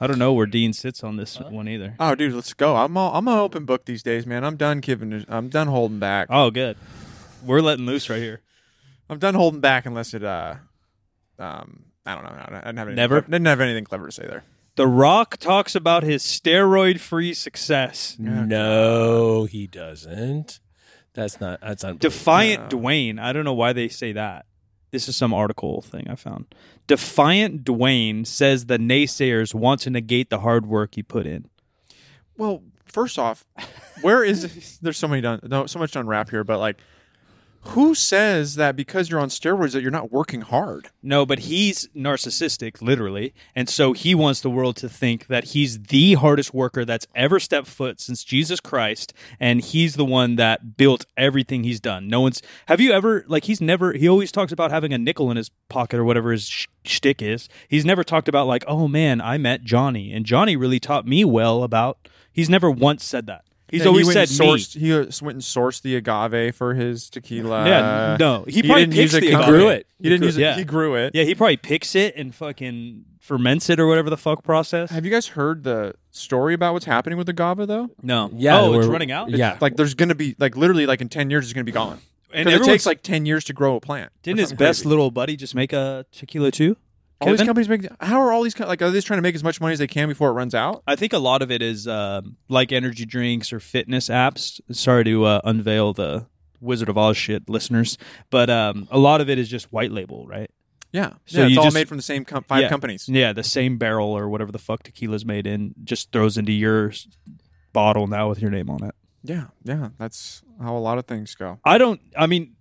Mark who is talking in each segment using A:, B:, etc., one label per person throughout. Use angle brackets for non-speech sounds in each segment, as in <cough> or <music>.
A: I don't know where Dean sits on this one either.
B: Oh, dude, let's go. I'm all, I'm an open book these days, man. I'm done giving. I'm done holding back.
A: Oh, good. We're letting loose right here.
B: I'm done holding back unless it. uh Um, I don't know. I didn't have anything
A: Never?
B: clever- didn't have anything clever to say there.
A: The Rock talks about his steroid-free success.
C: No, he doesn't. That's not. That's unbelievable.
A: Defiant
B: No.
A: Dwayne. I don't know why they say that. This is some article thing I found. Defiant Dwayne says the naysayers want to negate the hard work he put in.
B: Well, first off, where
A: <laughs>
B: is there's so many done no, so much to unwrap here, but like, who says that because you're on steroids that you're not working hard?
A: No, but he's narcissistic, literally. And so he wants the world to think that he's the hardest worker that's ever stepped foot since Jesus Christ. And he's the one that built everything he's done. No one's. Have you ever, like, he's never, he always talks about having a nickel in his pocket or whatever his sh- shtick is. He's never talked about, like, oh man, I met Johnny. And Johnny really taught me well about, he's never once said that. He's
B: Yeah, he
A: always
B: went
A: said
B: and
A: me.
B: sourced, He uh, went and sourced the agave for his tequila.
A: Yeah, no, he
B: he,
A: probably
B: didn't use
A: picks
B: it.
A: the agave.
C: Grew it.
B: He didn't use it.
A: Yeah.
B: He grew it.
A: Yeah, he probably picks it and fucking ferments it or whatever the fuck process.
B: Have you guys heard the story about what's happening with agave though?
A: No.
C: Yeah.
A: Oh, it's
C: we're-
A: running out.
C: Yeah.
B: Like, there's gonna be like literally like in ten years it's gonna be gone.
A: and
B: it
A: everyone's <laughs>
B: takes like ten years to grow a plant.
A: Didn't
B: or
A: his
B: something
A: best
B: crazy.
A: little buddy just make a tequila too?
B: All these
A: Kevin?
B: companies make. How are all these co- like? Are they just trying to make as much money as they can before it runs out?
A: I think a lot of it is um, like energy drinks or fitness apps. Sorry to uh, unveil the Wizard of Oz shit, listeners, but um, a lot of it is just white label, right?
B: Yeah.
A: So
B: yeah, it's
A: you
B: all
A: just-
B: made from the same com- five
A: Yeah.
B: companies.
A: Yeah, the same barrel or whatever the fuck tequila's made in just throws into your s- bottle now with your name on it.
B: Yeah, yeah. That's how a lot of things go.
A: I don't. I mean,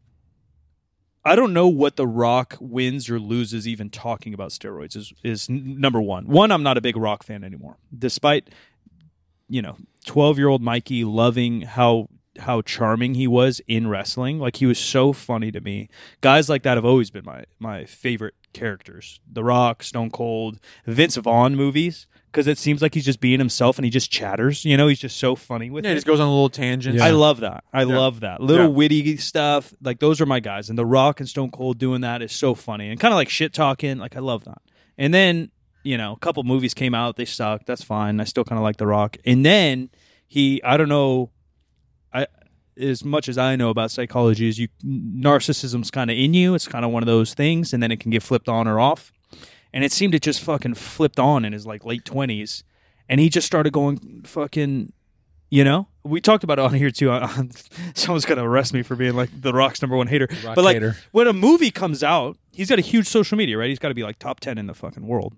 A: I don't know what The Rock wins or loses even talking about steroids. Is is n- number one. One, I'm not a big Rock fan anymore, despite you know, twelve year old Mikey loving how how charming he was in wrestling. Like he was so funny to me. Guys like that have always been my my favorite characters. The Rock, Stone Cold, Vince Vaughn movies. Because it seems like he's just being himself and he just chatters. You know, he's just so funny with
B: Yeah,
A: it.
B: it just goes on a little tangent.
C: Yeah.
A: I love that. I
B: Yeah.
A: love that. Little
B: Yeah.
A: witty stuff. Like those are my guys. And The Rock and Stone Cold doing that is so funny and kind of like shit talking. Like I love that. And then, you know, a couple movies came out, they sucked. That's fine. I still kind of like The Rock. And then he I don't know I as much as I know about psychology is you narcissism's kind of in you. It's kind of one of those things and then it can get flipped on or off. And it seemed it just fucking flipped on in his like late 20s and he just started going fucking you know, we talked about it on here too. <laughs> On, someone's gonna arrest me for being like the Rock's number one hater.
C: Rock
A: but like
C: hater.
A: when a movie comes out, he's got a huge social media, right? He's got to be like top ten in the fucking world.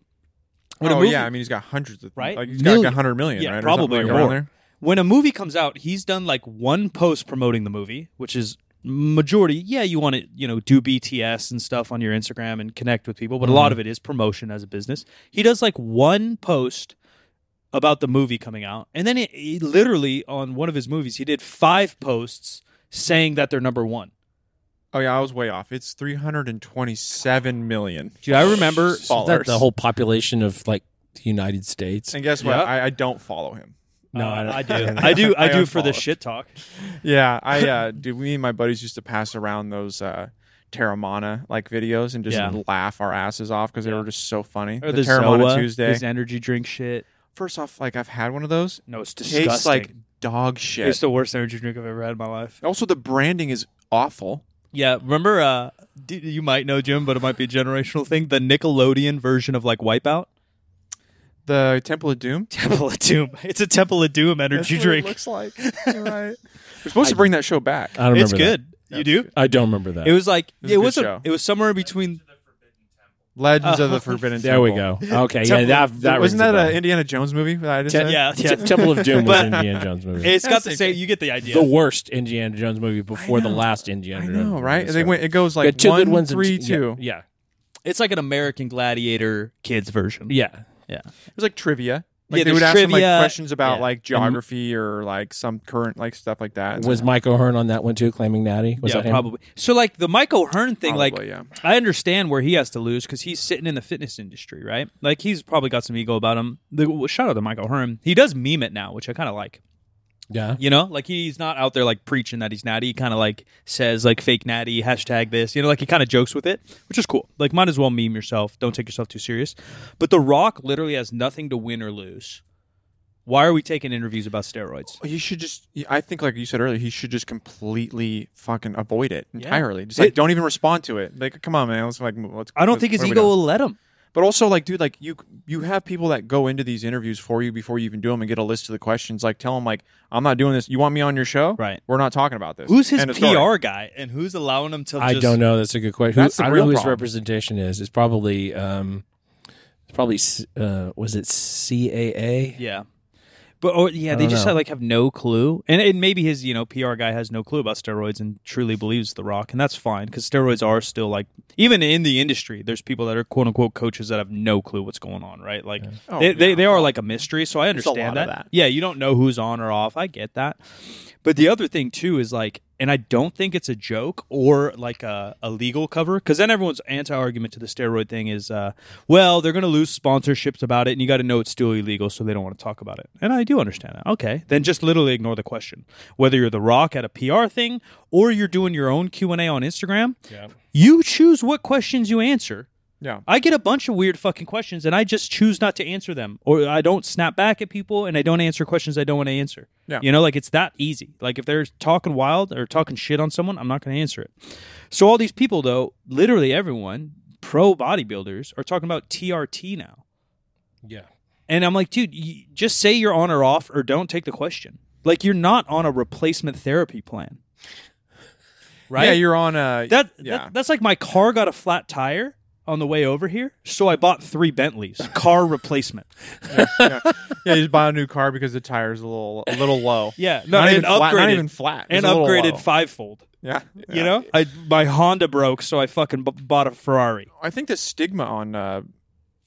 A: When a
B: oh
A: movie-
B: yeah, I mean he's got hundreds of
A: Right?
B: Like, he's got like
A: Million.
B: a hundred million,
A: Yeah,
B: right? or
A: probably
B: something like around
A: more. When a movie comes out, he's done like one post promoting the movie, which is majority. Yeah, you want to you know do BTS and stuff on your Instagram and connect with people, but a lot
B: Mm-hmm.
A: of it is promotion as a business. He does like one post about the movie coming out, and then it, he literally on one of his movies, he did five posts saying that they're number one.
B: Oh yeah, I was way off. It's three hundred and twenty-seven million.
A: Dude, I remember
C: Isn't that
B: followers.
C: the whole population of like the United States?
B: And guess what?
A: Yeah.
B: I, I don't follow him.
C: No, I
A: do.
C: don't-
A: I do. I,
B: I
A: do for the
B: unfollowed.
A: shit talk.
B: Yeah, I uh, do. Me and my buddies used to pass around those uh, Terramana like videos and just
A: Yeah.
B: laugh our asses off because they were just so funny.
A: Or the,
B: the Terramana
A: Zoa,
B: Tuesday.
A: his energy drink shit.
B: First off, like I've had one of those.
A: No, it's disgusting.
B: Tastes like dog shit.
A: it's the worst energy drink I've ever had in my life.
B: also, the branding is awful.
A: Yeah, remember? Uh, d- you might know Jim, but it might be a generational thing. The Nickelodeon version of like Wipeout,
B: The Temple of Doom.
A: <laughs> Temple of Doom. It's a Temple of Doom energy drink.
B: looks <laughs> like.
C: <laughs>
B: right. We're supposed to bring that show back.
C: I Uh, don't remember.
A: It's good. You do?
C: That. I don't remember that.
A: It was like
B: was a
A: it
B: good
A: was a,
B: show.
A: it was somewhere in between.
B: Legends
C: <laughs>
B: of the Forbidden
C: there we go. Okay, yeah, that that
B: Wasn't
C: rings
B: that
C: a bell.
B: an Indiana Jones movie that I just
C: Te-
B: said?
A: Yeah, yeah.
C: <laughs> Te- Temple of Doom was
A: But-
C: an Indiana Jones movie.
A: It's got
B: That's
A: the
B: the
A: same. You get the idea.
C: the worst Indiana Jones movie before the
B: know.
C: last Indiana
B: I
C: Jones.
B: know,
C: movie.
B: right?
C: So-
B: They went, it goes
C: We
B: like
C: had two
B: one,
C: good ones and
B: three,
C: t-
B: two.
C: Yeah,
A: It's like an American Gladiator kids version.
C: yeah. yeah.
A: yeah.
B: It was like trivia. Like
A: Yeah,
B: they would
A: there's
B: ask them like
A: trivia.
B: questions about
A: Yeah.
B: like geography or like some current like stuff like that.
C: Was Mike O'Hearn on that one too, claiming natty? Was
A: yeah,
C: that him?
A: probably. So like the Michael Hearn thing, like
B: Probably, yeah.
A: I understand where he has to lose because he's sitting in the fitness industry, right? Like he's probably got some ego about him. The, well, shout out to Michael Hearn. He does meme it now, which I kind of like.
C: Yeah.
A: You know, like he's not out there like preaching that he's natty. He kind of like says like fake natty hashtag this. You know, like he kind of jokes with it, which is cool. Like, might as well meme yourself. Don't take yourself too serious. But The Rock literally has nothing to win or lose. Why are we taking interviews about steroids?
B: You should just. I think, like you said earlier, he should just completely fucking avoid it
A: Yeah.
B: entirely. Just like
A: It-
B: don't even respond to it. Like, come on, man. Let's like. move- Let's,
A: I don't
B: let's-
A: think his
B: what are we
A: ego
B: doing?
A: will let him.
B: But also, like, dude, like you you have people that go into these interviews for you before you even do them and get a list of the questions. Like, tell them like, I'm not doing this. You want me on your show?
A: Right.
B: We're not talking about this.
A: Who's his
B: End
A: PR
B: of story.
A: guy and who's allowing him to?
C: I
A: just-
C: don't know. That's a good question.
B: That's the
C: I
B: real
C: don't know whose
B: problem.
C: representation is. It's probably um, it's probably s- uh, was it CAA?
A: Yeah. But or yeah,
C: I
A: they
C: don't
A: just
C: know.
A: like have no clue, and and maybe his you know PR guy has no clue about steroids and truly believes The Rock, and that's fine because steroids are still like even in the industry, there's people that are quote unquote coaches that have no clue what's going on, right? Like
B: Oh,
A: they, they
B: yeah.
A: they are like a mystery, so I
B: There's a
A: understand
B: lot of that.
A: Yeah, you don't know who's on or off. I get that, but the other thing too is like, and I don't think it's a joke or like a, a legal cover because then everyone's anti argument to the steroid thing is, uh, well, they're going to lose sponsorships about it, and you got to know it's still illegal, so they don't want to talk about it. And I do understand that. Okay, then just literally ignore the question. Whether you're The Rock at a PR thing or you're doing your own Q and A on Instagram,
C: Yeah.
A: you choose what questions you answer.
B: Yeah.
A: I get a bunch of weird fucking questions and I just choose not to answer them or I don't snap back at people and I don't answer questions I don't want to answer.
B: Yeah.
A: You know, like it's that easy. Like if they're talking wild or talking shit on someone, I'm not going to answer it. So all these people though, literally everyone, pro bodybuilders are talking about TRT now.
C: Yeah.
A: And I'm like, dude, y just say you're on or off or don't take the question. Like you're not on a replacement therapy plan. Right?
B: Yeah, you're on a
A: that,
B: yeah.
A: that that's like my car got a flat tire on the way over here, so I bought three Bentleys, car replacement.
B: yeah, <laughs> yeah, you just buy a new car because the tire's a little a little low.
A: <laughs> Yeah, no,
B: not,
A: and
B: even flat, not
A: upgraded-
B: even flat. It's
A: and
B: a little
A: upgraded
B: low.
A: fivefold.
B: yeah, yeah.
A: You know, I my Honda broke, so I fucking b- bought a Ferrari.
B: I think the stigma on uh,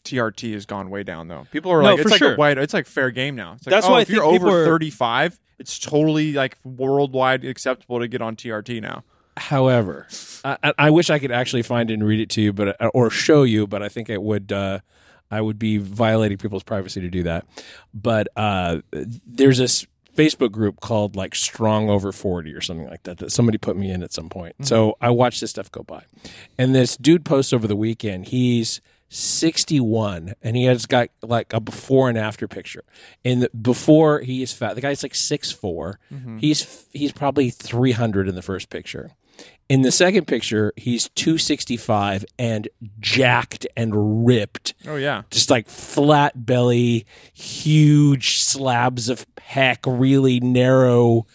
B: TRT has gone way down though. People are
A: No,
B: like,
A: for
B: it's like
A: sure.
B: a wide, it's like fair game now. It's like,
A: That's
B: oh,
A: why I
B: if you're
A: think people
B: over
A: are-
B: 35, it's totally like worldwide acceptable to get on TRT now.
C: However, I, I- I wish I could actually find it and read it to you, but uh, or show you, but I think it would. Uh, I would be violating people's privacy to do that. But uh, there's this Facebook group called like Strong Over 40 or something like that that somebody put me in at some point. So I watched this stuff go by. And this dude posts over the weekend, he's 61 and he has got like a before and after picture. And the, before he is fat, the guy's like 6'4. He's he's probably 300 in the first picture. In the second picture, he's 265 and jacked and ripped
B: Oh yeah,
C: just like flat belly, huge slabs of pec, really narrow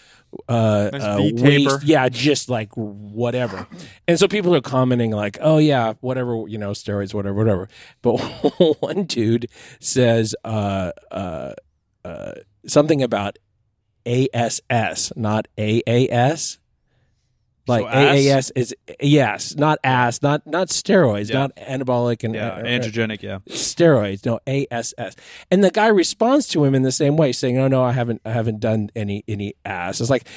C: uh,
B: Nice
C: uh,
B: V taper.
C: waist. Yeah, just like whatever. and so people are commenting like, "Oh yeah, whatever, you know, steroids, whatever, whatever." But <laughs> one dude says uh, uh, uh, something about ASS, not AAS. Like
A: So ass?
C: AAS is yes, not ass, not not steroids,
A: Yeah.
C: not anabolic and
A: Yeah,
C: uh, uh,
A: androgenic. Yeah,
C: steroids no ass and the guy responds to him in the same way saying oh no i haven't i haven't done any any ass it's like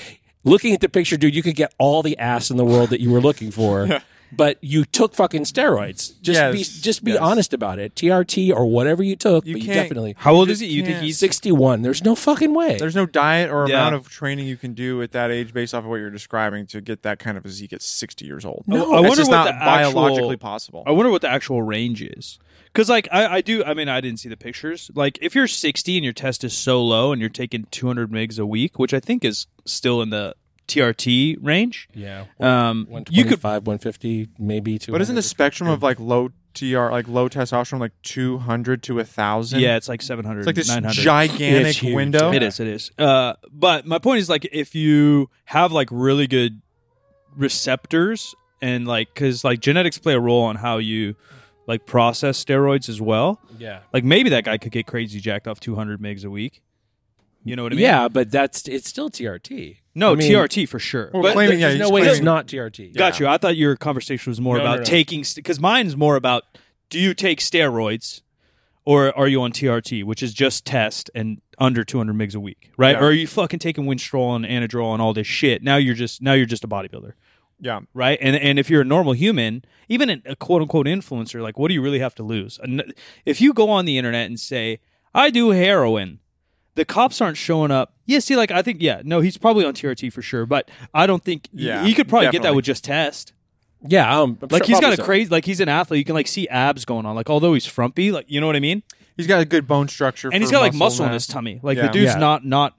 C: looking at the picture dude you could get all the ass in the world that you were looking for but you took fucking steroids just be
B: Yes,
C: just be
B: yes.
C: honest about it trt or whatever you took
B: You
C: but you
B: can't-
C: definitely
A: how old is he?
B: just
A: You think
B: can't.
A: he's
C: 61 there's no fucking way
B: there's no diet or
A: Yeah.
B: amount of training you can do at that age based off of what you're describing to get that kind of physique at 60 years old.
A: I-
C: No.
A: I
B: That's
A: wonder
B: just
A: what
B: not
A: the actual-
B: biologically possible.
A: I wonder what the actual range is. Cause like I, I do I mean I didn't see the pictures. Like if you're 60 and your test is so low and you're taking 200 migs a week, which I think is still in the TRT range,
C: yeah
A: um, you could
C: 125 150 maybe 200.
B: but isn't the spectrum of like low TR, like low testosterone, like 200 to 1,000?
A: yeah, it's like 700,
B: It's like this
A: 900.
B: gigantic
C: It's huge.
B: window.
A: It is, it is. Uh, but my point is like if you have like really good receptors and like because like genetics play a role on how you like process steroids as well.
C: yeah
A: Like maybe that guy could get crazy jacked off 200 migs a week. You know what I mean?
C: yeah but that's it's still trt
A: No,
C: I mean,
A: TRT for sure.
B: Well,
A: But-
B: claim- Claiming- yeah,
C: there's no
B: he's
C: way it's
B: claiming-
C: not trt
A: got you. I thought your conversation was more
C: No,
A: about
C: no, no.
A: taking because mine's more about do you take steroids or are you on TRT, which is just test and under 200 migs a week, right?
B: Yeah.
A: Or are you fucking taking Winstrol and Anadrol and all this shit? Now you're just now you're just a bodybuilder
B: Yeah.
A: right? And and if you're a normal human, even an- a quote unquote influencer, like what do you really have to lose? An- If you go on the internet and say I do heroin, the cops aren't showing up. Yeah, see, like I think, yeah, no, he's probably on TRT for sure, but I don't think
B: Yeah,
A: he, could probably get that
B: definitely.
A: with just test.
C: Yeah, um, I'm
A: Like
C: sure
A: he's got
C: probably
A: a
C: so.
A: crazy, like he's an athlete. You can like see abs going on. Like although he's frumpy, like you know what I mean.
B: He's got a good bone structure,
A: And he's
B: for
A: got like muscle in
B: mass.
A: his tummy. Like
B: Yeah.
A: the dude's
C: Yeah.
A: not not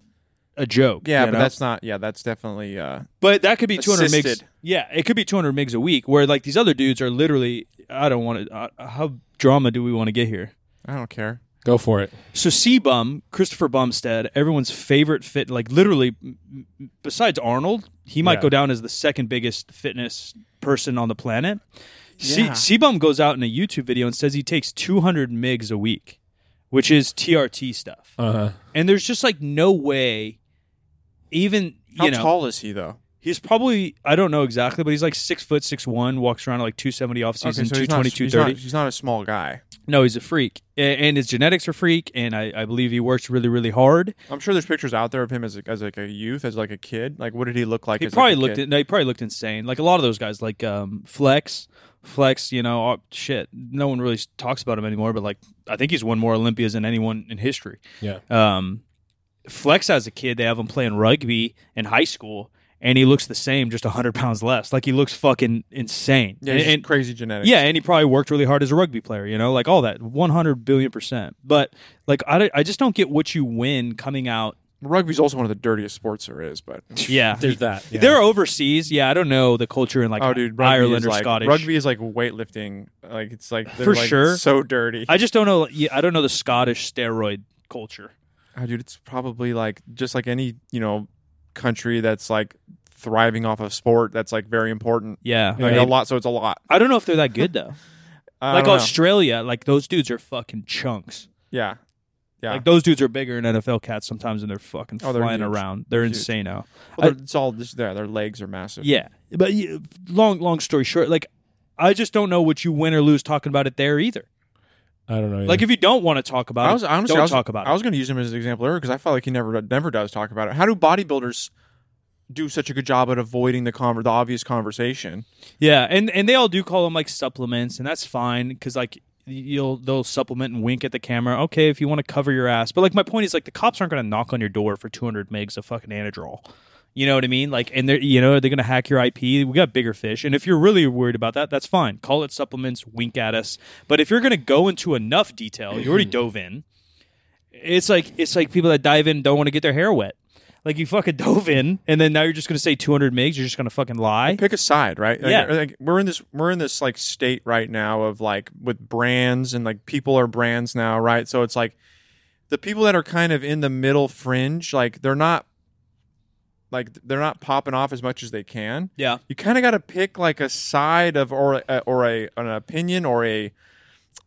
A: a joke.
B: Yeah,
A: you
B: but
A: know?
B: that's not. Yeah, that's definitely. Uh,
A: But that could be 200 migs.
B: Assisted.
A: Yeah, it could be 200 migs a week. Where like these other dudes are literally, I don't want to. Uh, how drama do we want to get here?
B: I don't care.
C: Go for it.
A: So C Bum, Christopher Bumstead, everyone's favorite fit, like literally, m- m- besides Arnold, he might
C: Yeah.
A: go down as the second biggest fitness person on the planet.
B: Yeah.
A: C Bum goes out in a YouTube video and says he takes 200 migs a week, which is TRT stuff.
C: Uh huh.
A: And there's just like no way, even
B: How
A: you know,
B: tall is he though?
A: He's probably I don't know exactly, but he's like six foot six one, walks around at like two seventy off season,
B: he's
A: two
B: not-
A: twenty, two
B: he's not-
A: thirty.
B: He's not a small guy.
A: No, he's a freak, A- and his genetics are freak, and I, I believe he works really really hard.
B: I'm sure there's pictures out there of him as a, as like a youth, as like a kid. Like, what did he look like?
A: He
B: as
A: probably
B: like a
A: looked
B: kid?
A: in, no, he probably looked insane, like a lot of those guys, like um, Flex, Flex. You know, oh, shit, no one really talks about him anymore, but like I think he's won more Olympias than anyone in history.
C: Yeah.
A: Um, Flex as a kid, they have him playing rugby in high school. And he looks the same, just hundred <laughs> pounds less. Like he looks fucking insane.
B: Yeah,
A: and,
B: he's just
A: and-
B: crazy genetics.
A: Yeah, and he probably worked really hard as a rugby player, you know, like all that, 100 billion percent. But like, I, don't- I just don't get what you win coming
B: <laughs>
A: out.
B: rugby's also one of the dirtiest sports there is. But
A: Yeah.
C: There's that. yeah.
A: They're overseas. Yeah, I don't know the culture in like
B: oh, dude, rugby
A: Ireland
B: is
A: or
B: like,
A: Scottish.
B: Rugby is like weightlifting. Like it's like they're
A: For
B: like
A: sure.
B: so dirty.
A: I just don't know. Yeah, I don't know the Scottish steroid culture.
B: oh, dude, it's probably like just like any you know country that's like thriving off of sport. That's like very important.
A: Yeah.
B: Like
A: I,
B: a lot. So it's a lot.
A: I don't know if they're that good though.
B: <laughs> I
A: like oh,
B: don't know.
A: Australia, like those dudes are fucking chunks.
B: yeah, yeah.
A: Like those dudes are bigger than NFL cats sometimes, and they're fucking
B: Oh, they're
A: flying
B: huge.
A: around. They're
B: Huge.
A: insane now.
B: Well, they're- it's all just there. Their legs are massive.
A: Yeah, but y- long long story short, like I just don't know what you win or lose talking about it there either.
C: I don't know.
A: Like if you don't want to talk about
B: I was
A: it,
B: honestly
A: don't
B: I was,
A: talk about
B: I
A: it.
B: was going to use him as an example earlier because I felt like he never never does talk about it. How do bodybuilders do such a good job at avoiding the conver- the obvious conversation?
A: Yeah, and and they all do call them like supplements, and that's fine because like you'll they'll supplement and wink at the camera. Okay, if you want to cover your ass, but like my point is like the cops aren't going to knock on your door for 200 megs of fucking Anadrol. You know what I mean? Like, and they're you know they're going to hack your IP. We got bigger fish, and if you're really worried about that, that's fine. Call it supplements, wink at us. But if you're going to go into enough detail, you already dove in. It's like it's like people that dive in don't want to get their hair wet. Like you fucking <laughs> dove in, and then now you're just going to say 200 megs. You're just going to fucking lie.
B: Pick a side, right? Like,
A: Yeah.
B: like, we're in this we're in this like state right now of like with brands and like people are brands now, right? So it's like the people that are kind of in the middle fringe, like they're not like they're not popping off as much as they can.
A: Yeah.
B: you kind of got to pick like a side of or a, or a an opinion or a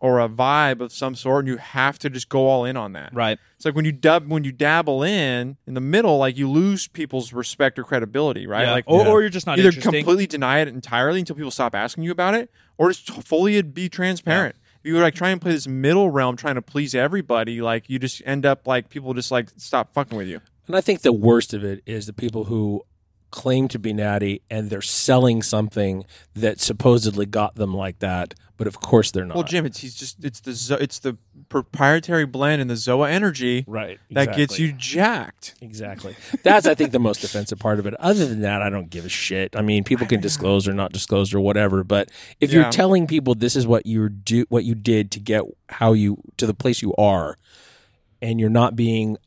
B: or a vibe of some sort and you have to just go all in on that
A: Right.
B: it's like when you dub when you dabble in in the middle like you lose people's respect or credibility right
A: Yeah.
B: like
A: or, or you're just not
B: either
A: interesting.
B: completely deny it entirely until people stop asking you about it or just t- fully be transparent if you like try and play this middle realm trying to please everybody like you just end up like people just like stop fucking with you
C: And I think the worst of it is the people who claim to be natty and they're selling something that supposedly got them like that, but of course they're not.
B: well jim it's he's just it's the zo- it's the proprietary blend and the zoa energy
C: right.
B: that gets you jacked
C: Exactly. That's I think the most offensive part of it. Other than that, I don't give a shit. I mean, people can disclose or not disclose or whatever, but if
B: Yeah.
C: you're telling people this is what you do what you did to get how you to the place you are and you're not being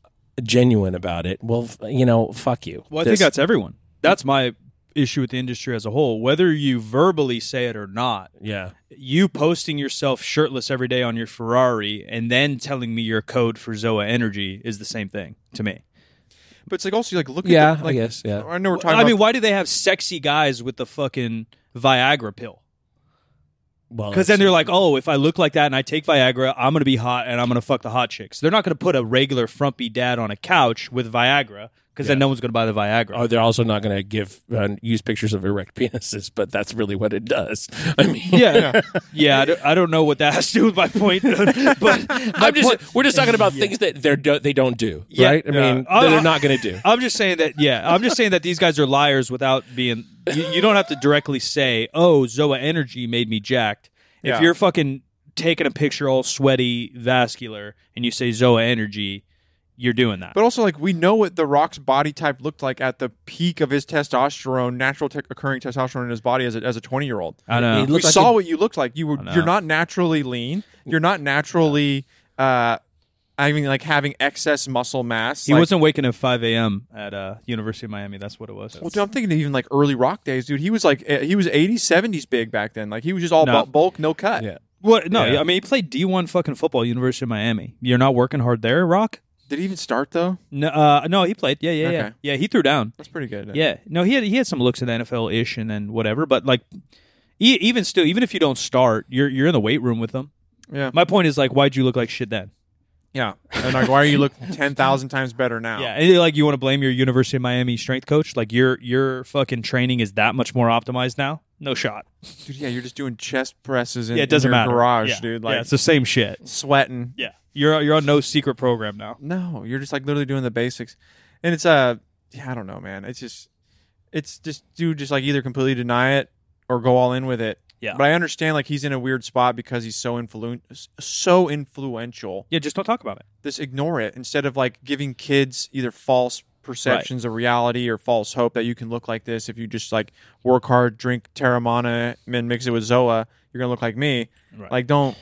C: genuine about it, well, f- you know, fuck you.
A: well, I
C: This-
A: think that's everyone. That's my issue with the industry as a whole. Whether you verbally say it or not,
C: yeah.
A: you posting yourself shirtless every day on your Ferrari and then telling me your code for Zoa Energy is the same thing to me.
B: But it's like also like look
C: Yeah,
B: at the, like
C: I guess, yeah.
B: I know we're talking
A: I
B: about
A: mean, why do they have sexy guys with the fucking Viagra pill?
C: Well,
A: Because
C: that's-
A: then they're like, oh, if I look like that and I take Viagra, I'm going to be hot and I'm going to fuck the hot chicks. They're not going to put a regular frumpy dad on a couch with Viagra because then no one's going to buy the Viagra.
C: Oh, they're also not going to give uh, use pictures of erect <laughs> penises, but that's really what it does. <laughs> I mean,
A: Yeah, <laughs> yeah. I don't, I don't know what that has to do with my point, but my
C: I'm just
A: point-
C: we're just talking about things that they're do- they don't do,
A: Yeah.
C: right? I
A: Yeah.
C: mean,
A: I-
C: that
A: I-
C: they're not going to do.
A: I'm just saying that. Yeah, I'm just saying that these guys are liars without being. You, you don't have to directly say, "Oh, Zoa Energy made me jacked."
B: Yeah.
A: If you're fucking taking a picture all sweaty, vascular, and you say Zoa Energy, you're doing that.
B: But also, like, we know what The Rock's body type looked like at the peak of his testosterone, natural te- occurring testosterone in his body as a, as a 20 year old.
A: I know.
C: He
B: We
C: looked like
B: saw
C: a-
B: what you looked like. You were
A: know.
B: you're not naturally lean. You're not naturally, uh, I mean, like having excess muscle mass.
A: He
B: Like-
A: wasn't waking at 5 a.m. at uh, University of Miami. That's what it was.
B: Well, dude, I'm thinking even like early rock days, dude. He was like eh, he was 80s, 70s big back then. Like he was just all
A: No.
B: bu- bulk, no cut.
C: Yeah.
A: What? No,
C: Yeah.
A: I mean he played D1 fucking football, University of Miami. You're not working hard there, Rock.
B: Did he even start though?
A: No, uh, no, he played. Yeah, yeah, yeah,
B: Okay.
A: yeah. He threw down.
B: That's pretty good. eh?
A: Yeah, no, he had he had some looks at NFL ish and then whatever. But like, e- even still, even if you don't start, you're you're in the weight room with them.
B: yeah,
A: My point is like, why'd you look like shit then?
B: yeah. And like, why are you <laughs> looking 10,000 times better now?
A: Yeah, and like you want to blame your University of Miami strength coach? Like your your fucking training is that much more optimized now? No shot.
B: dude. Yeah, you're just doing chest presses in,
A: Yeah, it doesn't
B: in your
A: matter.
B: garage,
A: Yeah.
B: dude.
A: Yeah,
B: Like
A: it's the same shit.
B: sweating.
A: Yeah, you're you're on no secret program now.
B: No, you're just like literally doing the basics, and it's uh, yeah, I don't know, man. It's just, it's just, dude, just like either completely deny it or go all in with it.
A: Yeah.
B: But I understand like he's in a weird spot because he's so influ so influential.
A: Yeah, just don't talk about it.
B: Just ignore it instead of like giving kids either false perceptions of reality or false hope that you can look like this if you just like work hard, drink Terramana, and mix it with Zoa, you're gonna look like me.
A: Right.
B: Like don't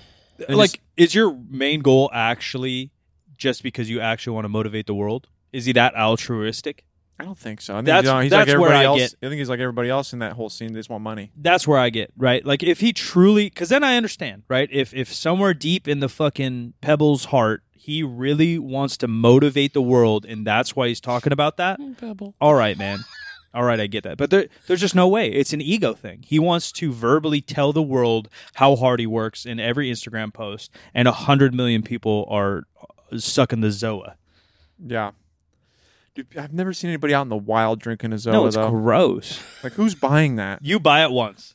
B: and
A: like,
B: just-
A: is your main goal actually just because you actually want to motivate the world? Is he that altruistic?
B: I don't think so. I think
A: That's-
B: you know, he's like
A: that's where
B: everybody
A: I
B: else.
A: get-
B: I think he's like everybody else in that whole scene. They just want money.
A: That's where I get right. Like, if he truly, because then I understand, right? If if somewhere deep in the fucking Pebbles' heart, he really wants to motivate the world, and that's why he's talking about that.
C: Pebble.
A: all right, man. All right, I get that. But there, there's just no way. It's an ego thing. He wants to verbally tell the world how hard he works in every Instagram post, and 100 million people are sucking the Zoa.
B: Yeah. Dude, I've never seen anybody out in the wild drinking a Zoa
A: No, it's
B: though.
A: gross.
B: Like who's buying that?
A: You buy it once.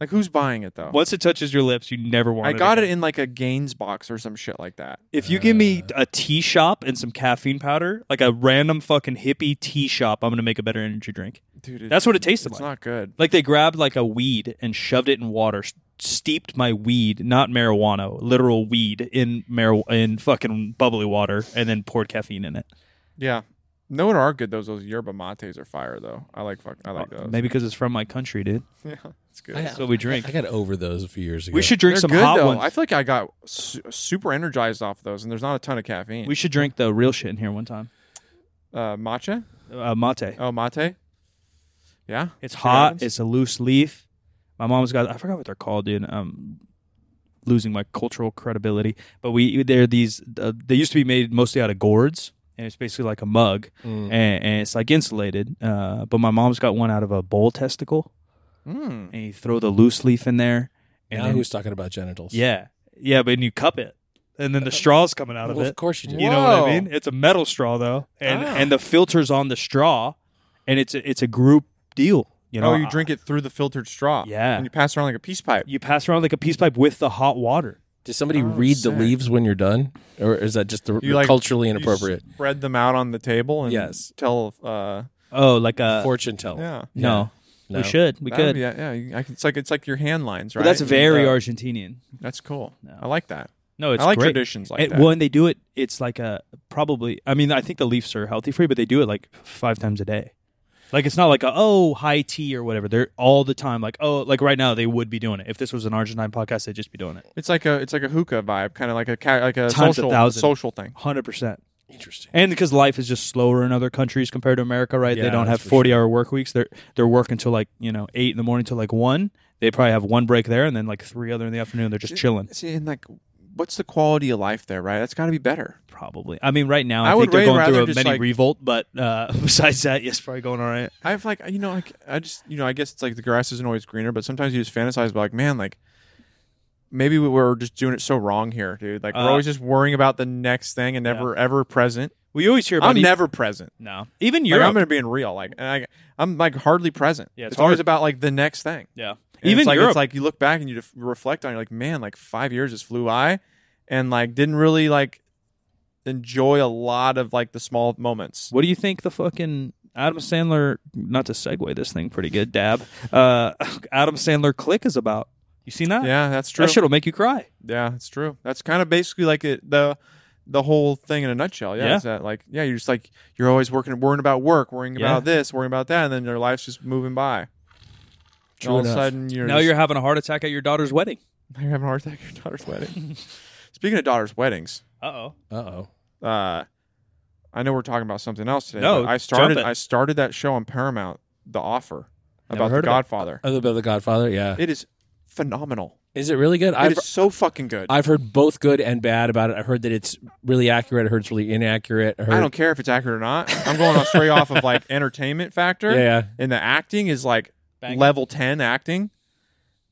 B: Like who's buying it though?
A: Once it touches your lips, you never want
B: I
A: it.
B: got it
A: again.
B: in like a Gaines box or some shit like that.
A: If you give me a tea shop and some caffeine powder, like a random fucking hippie tea shop, I'm going to make a better energy drink.
B: Dude, it,
A: That's what it tasted
B: it's
A: like.
B: not good.
A: Like they grabbed like a weed and shoved it in water, s- steeped my weed, not marijuana, literal weed in mar- in fucking bubbly water, and then poured caffeine in it.
B: Yeah. No one are good those those yerba mates are fire though. I like fuck I like those.
A: Maybe because it's from my country, dude.
B: <laughs> Yeah. It's good.
A: That's what we drink.
C: I got over those a few years ago.
A: We should drink
B: They're
A: some
B: good
A: hot
B: though.
A: ones.
B: I feel like I got su- super energized off those and there's not a ton of caffeine.
A: we should drink the real shit in here one time.
B: uh matcha?
A: Uh, mate.
B: Oh, mate? Yeah.
A: It's
B: Sure
A: hot.
B: happens.
A: It's a loose leaf. My mom's got. I forgot what they're called, dude. Um, losing my cultural credibility. But we they're these. Uh, they used to be made mostly out of gourds, and it's basically like a mug,
C: Mm.
A: and, and it's like insulated. Uh, but my mom's got one out of a bull testicle,
B: Mm.
A: and you throw the loose leaf in there, and
C: Now
A: then-
C: who's talking about genitals?
A: yeah, yeah. But then you cup it, and then the straw's coming out of
C: Uh, Well,
A: it.
C: of course you do.
A: You know what
B: Whoa.
A: I mean? It's a metal straw though, and
B: Ah.
A: and the filter's on the straw, and it's a, it's a group deal. You know,
B: oh, you
A: I-
B: drink it through the filtered straw.
A: Yeah.
B: And you pass it around like a peace pipe.
A: you pass around like a peace pipe with the hot water.
C: Does somebody
B: Oh,
C: read
B: sick.
C: the leaves when you're done, or is that just the,
B: You like
C: culturally
B: you
C: inappropriate?
B: spread them out on the table and
C: Yes.
B: tell. Uh,
A: Oh, like a
C: Fortune tell.
B: yeah.
A: no.
C: No.
A: We should. We
B: That would
A: could.
B: be- yeah, yeah. I can, it's like it's like your hand lines, right?
A: But that's
B: And,
A: very
B: uh,
A: Argentinian.
B: That's cool.
A: No.
B: I like that.
A: No, it's
B: I like
A: great.
B: traditions like
A: It-
B: that.
A: Well, and they do it. It's like a probably. I mean, I think the Leafs are healthy free, but they do it like five times a day. Like it's not like a oh high tea or whatever. They're all the time. Like oh like right now they would be doing it if this was an Argentine podcast. They'd just be doing it.
B: It's like a it's like a hookah vibe, kind of like a ca- like a
A: Times a
B: social
A: thousand.
B: social thing.
A: Hundred percent.
C: Interesting.
A: And because life is just slower in other countries compared to America, right?
C: Yeah,
A: they don't have
C: that's for
A: forty hour work weeks. They're they're working till like you know eight in the morning till like one. They probably have one break there and then like three other in the afternoon. They're just chilling.
B: See, and like, what's the quality of life there? Right, that's got to be better.
A: Probably. I mean, right now I,
B: I
A: think
B: would
A: they're
B: ra-
A: going
B: rather
A: through a
B: just,
A: mini
B: like-
A: revolt, but uh, <laughs> besides that, yes, probably going all right.
B: I've like you know like I just you know I guess it's like the grass isn't always greener, but sometimes you just fantasize about like man like maybe we we're just doing it so wrong here, dude. Like
A: Uh,
B: we're always just worrying about the next thing and never ever present.
A: We always hear about
B: I'm
A: e-
B: never present.
A: no, even
B: Like,
A: Europe.
B: I'm gonna being real. Like and I, I'm like hardly present.
A: Yeah, it's
B: always
A: hard.
B: about like the next thing.
A: yeah,
B: And
A: even
B: it's like,
A: Europe.
B: It's like you look back and you def- reflect on. You're like, man, like five years just flew by, and like didn't really like enjoy a lot of like the small moments.
A: what do you think the fucking Adam Sandler? Not to segue this thing pretty good. Dab. Uh, <laughs> Adam Sandler click is about. You seen that?
B: Yeah, that's true.
A: That shit will make you cry.
B: yeah, that's true. That's kind of basically like it, the the whole thing in a nutshell. Yeah,
A: Yeah.
B: It's that like yeah, you're just like you're always working, worrying about work, worrying
A: Yeah.
B: about this, worrying about that, and then your life's just moving by.
C: True
B: All
C: enough.
B: of a sudden, you're
A: now
B: just-
A: you're having a heart attack at your daughter's wedding.
B: now <laughs> you're having a heart attack at your
C: <laughs>
B: daughter's wedding. Speaking of daughter's weddings,
A: Uh oh.
C: Uh oh.
B: uh, I know we're talking about something else today.
A: No,
B: but I
A: jump
B: started.
A: it.
B: I started that show on Paramount, The Offer,
C: Never
B: about
C: heard
B: the
C: of it. Uh,
B: Godfather.
C: Other bit of The Godfather. Yeah.
B: It is phenomenal.
C: Is it really
B: It
C: good? I've
B: is so fucking good. I,
C: I've heard both good and bad about it. I heard that it's really accurate. I heard it's really inaccurate. I, heard,
B: don't care if it's accurate or not. I'm going off straight off of like
C: <laughs>
B: entertainment factor.
C: Yeah, yeah.
B: And the acting is like
A: Bang.
B: level ten acting.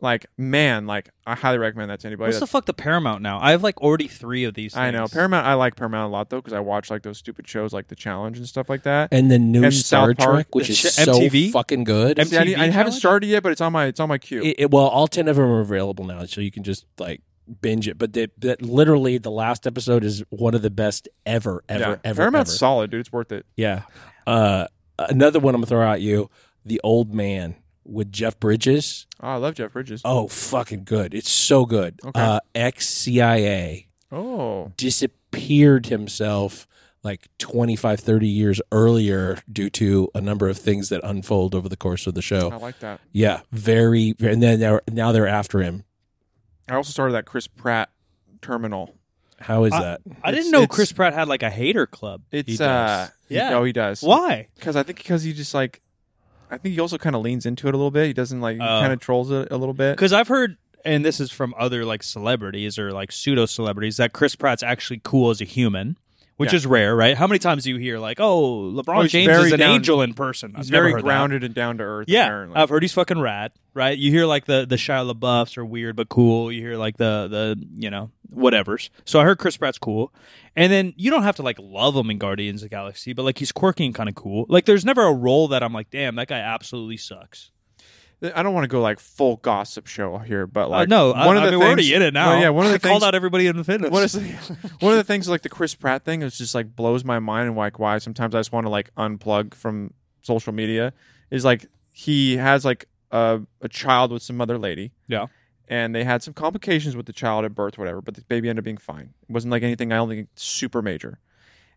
B: Like man, like I highly recommend that to anybody.
A: What's the fuck the Paramount now? I have like already three of these.
B: That's- I know
A: things.
B: Paramount. I like Paramount a lot though because I watch like those stupid shows like The Challenge and stuff like that.
C: And the new
B: And
C: Star
B: South Park,
C: Trek, which
A: the
C: is
A: shit-
C: so
A: MTV?
C: fucking good.
A: M-
B: See, I, need- I
A: MTV
B: haven't
A: Challenge?
B: started yet, but it's on my it's on my queue.
C: It- it- well, all ten of them are available now, so you can just like binge it. But they, that literally, the last episode is one of the best ever, ever,
B: yeah.
C: ever.
B: Paramount's
C: ever.
B: solid, dude. It's worth it.
C: Yeah. Uh, another one I'm gonna throw at you: The Old Man with Jeff Bridges.
B: Oh, I love Jeff Bridges.
C: Oh, fucking good! It's so good.
B: Okay.
C: Uh, Ex CIA
B: oh.
C: disappeared himself like 25 30 years earlier due to a number of things that unfold over the course of the
B: I
C: show
B: like that.
C: yeah very and then they're, now they're after him
B: I also started that Chris Pratt terminal.
C: how is that
A: I
B: It's-
A: didn't know
B: it's-
A: Chris Pratt had like a hater club.
B: It's
C: He does.
B: uh
A: Yeah.
B: yeah. no, he does.
A: Why?
B: Because I think because he just like I think he also kind of leans into it a little bit. He doesn't like
A: Oh.
B: kind of trolls it a little bit.
A: Because I've heard, and this is from other like celebrities or like pseudo celebrities, that Chris Pratt's actually cool as a human, which
B: Yeah.
A: is rare, right? How many times do you hear like, "Oh, LeBron
B: Oh, he's
A: James
B: very
A: is an
B: down-
A: angel in person"?
B: He's
A: I've never
B: very
A: heard that.
B: grounded and down to earth.
A: Yeah,
B: apparently.
A: I've heard he's fucking rad, right? You hear like the the Shia LaBeoufs are weird but cool. You hear like the the you know whatever's. So I heard Chris Pratt's cool, and then you don't have to like love him in Guardians of the Galaxy, but like he's quirky and kind of cool. Like there's never a role that I'm like, damn, that guy absolutely sucks.
B: I don't want to go like full gossip show here, but
A: Like,
B: like
A: Uh, no,
B: one
A: I,
B: of
A: I
B: the
A: mean,
B: things,
A: we're already in it now.
B: Well, yeah, one of
A: <laughs>
B: the
A: I called
B: things.
A: out everybody in the fitness.
B: one of the,
C: <laughs>
B: one of the things like the Chris Pratt thing is just like blows my mind and like why sometimes I just want to like unplug from social media is like he has like a, a child with some other lady
A: yeah,
B: and they had some complications with the child at birth, whatever. But the baby ended up being fine. It wasn't like anything. I don't think super major.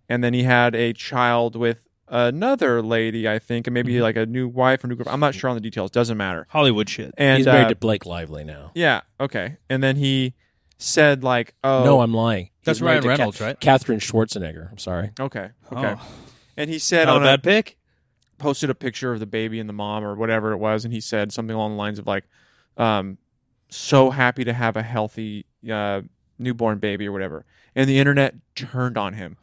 B: And then he had a child with another lady, I think, and maybe
C: Mm-hmm.
B: like a new wife or new girlfriend. I'm not sure on the details. Doesn't matter.
A: Hollywood shit.
B: And
C: he's married
B: uh,
C: to blake lively now
B: yeah, okay. And then he said like, oh
C: no i'm lying
A: That's
C: He's married
A: Ryan
C: to Ca-
A: Reynolds, right?
C: catherine schwarzenegger i'm sorry
B: okay, okay.
A: Oh,
B: And he said
A: not a
B: on
A: bad pick.
B: posted a picture of the baby and the mom or whatever it was, and he said something along the lines of like, um, "So happy to have a healthy uh, newborn baby" or whatever. And the internet turned on him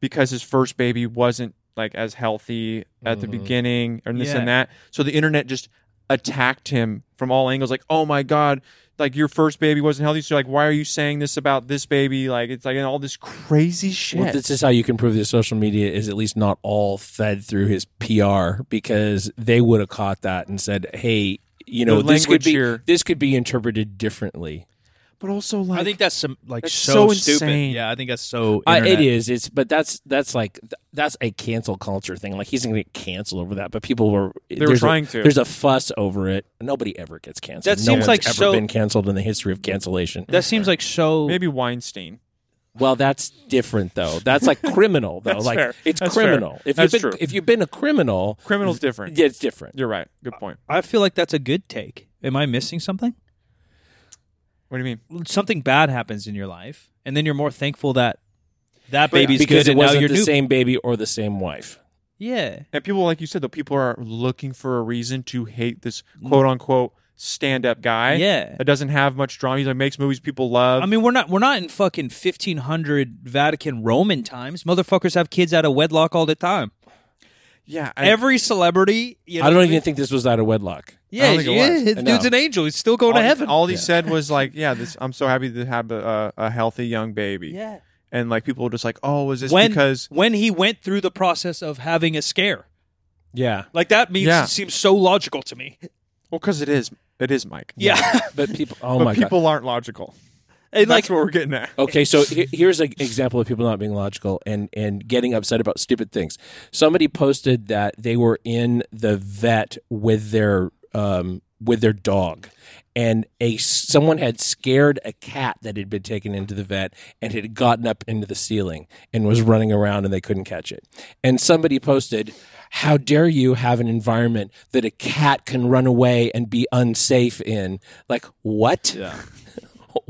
B: because his first baby wasn't like as healthy at the
C: Mhm.
B: beginning and this
A: Mm-hmm. Yeah.
B: and that. So the internet just attacked him from all angles. Like, oh my god. Like your first baby wasn't healthy, so like, why are you saying this about this baby? Like, it's like and all this crazy shit.
C: Well, this is how you can prove that social media is at least not all fed through his PR because they would have caught that and said, "Hey, you know,
B: The
C: this could
B: language
C: be
B: here-
C: this could be interpreted differently."
B: but also, like,
A: I think that's some like
B: It's
A: so,
B: so
A: stupid.
B: insane.
A: Yeah, I think that's so.
C: I, it
A: internet.
C: is. It's but that's that's like th- that's a cancel culture thing. Like he's going to get canceled over that, but people were
B: they were trying to.
C: There's a fuss over it. Nobody ever gets canceled.
A: That
C: no
A: seems
C: one's
A: like
C: ever
A: so-
C: been canceled in the history of cancellation.
A: That seems like so.
B: Maybe Weinstein.
C: Well, that's different though. That's like criminal though.
B: That's
C: like
B: fair.
C: it's
B: That's fair.
C: criminal. If
B: That's
C: you've been
B: true.
C: if you've been a criminal,
B: Criminal's different.
C: yeah, Uh, it's different.
B: You're right. Good point.
A: I feel like that's a good take. Am I missing something?
B: What do you mean?
A: something bad happens in your life, and then you're more thankful that that
B: But-
A: baby's
C: because
A: good,
C: it
A: and now
C: wasn't
A: you're
C: the
A: new.
C: same baby or the same wife.
A: Yeah,
B: And people, like you said, though, people are looking for a reason to hate this
C: Mm.
B: quote unquote stand up guy.
A: Yeah.
B: That doesn't have much drama. He like, makes movies people love.
A: I mean, we're not we're not in fucking 1500 Vatican Roman times. Motherfuckers have kids out of wedlock all the time.
B: yeah. I,
A: Every celebrity, you know,
C: I don't even think this was out of wedlock.
A: Yeah,
B: I don't think it
A: yeah,
B: was.
A: his
C: No.
A: dude's an angel. He's still going
B: all,
A: to heaven.
B: all he said was like, yeah,
C: <laughs>
B: this, I'm so happy to have a, a, a healthy young baby.
A: yeah.
B: And like people were just like, oh, is this
A: When
B: because.
A: when he went through the process of having a scare,
C: Yeah,
A: like that means
B: Yeah.
A: it seems so logical to me.
B: Well, because it is. It is Mike.
A: Yeah,
C: but people. Oh
B: but
C: my god.
B: people aren't logical.
A: and like
B: That's what we're getting at.
C: Okay, so he- here's an example of people not being logical and and getting upset about stupid things. Somebody posted that they were in the vet with their um, with their dog, and a someone had scared a cat that had been taken into the vet and had gotten up into the ceiling and was running around, and they couldn't catch it. And somebody posted. How dare you have an environment that a cat can run away and be unsafe in? Like what?
A: Yeah.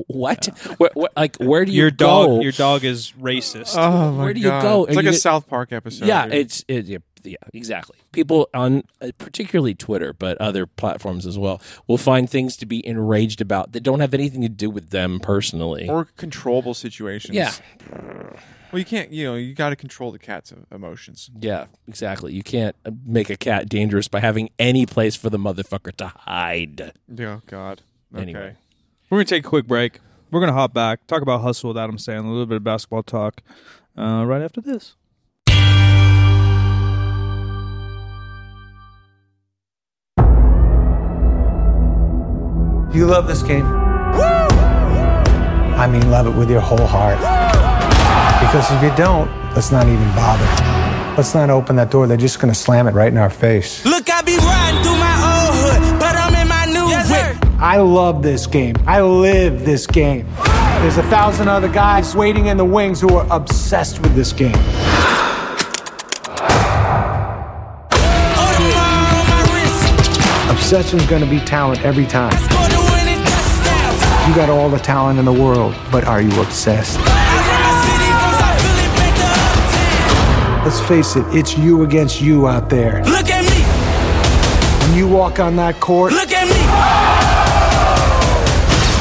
C: what? Where, where- like where do
A: <laughs>
C: you
A: Your dog, Uh,
C: go?
A: your dog is racist.
B: Oh my
C: Where do you
B: God.
C: go?
B: It's like
C: You-
B: a South Park episode.
C: yeah,
B: dude.
C: it's it, yeah, yeah, exactly. People on uh, particularly Twitter, but other platforms as well, will find things to be enraged about that don't have anything to do with them personally.
B: or controllable situations.
C: yeah,
B: Well, you can't. You know, you got to control the cat's emotions.
C: yeah, exactly. You can't uh, make a cat dangerous by having any place for the motherfucker to hide.
B: Yeah. Oh, God. Okay.
C: Anyway.
A: We're gonna take a quick break. We're gonna hop back, talk about hustle with Adam Sandler, a little bit of basketball talk, uh, right after this.
D: You love this game.
E: I mean, love it with your whole heart. Because if you don't, let's not even bother. Let's not open that door. They're just going to slam it right in our face.
F: Look, I be riding through my old hood, but I'm in my new whip.
E: I love this game. I live this game. There's a thousand other guys waiting in the wings who are obsessed with this game.
F: Audemars on my wrist.
E: Obsession's going to be talent every time.
F: Scored the winning touchdown.
E: You got all the talent in the world, but are you obsessed?
F: I run my city from South Philly back to uptown.
E: Let's face it, it's you against you out there.
F: Look at me,
E: When you walk on that court,
F: look at me.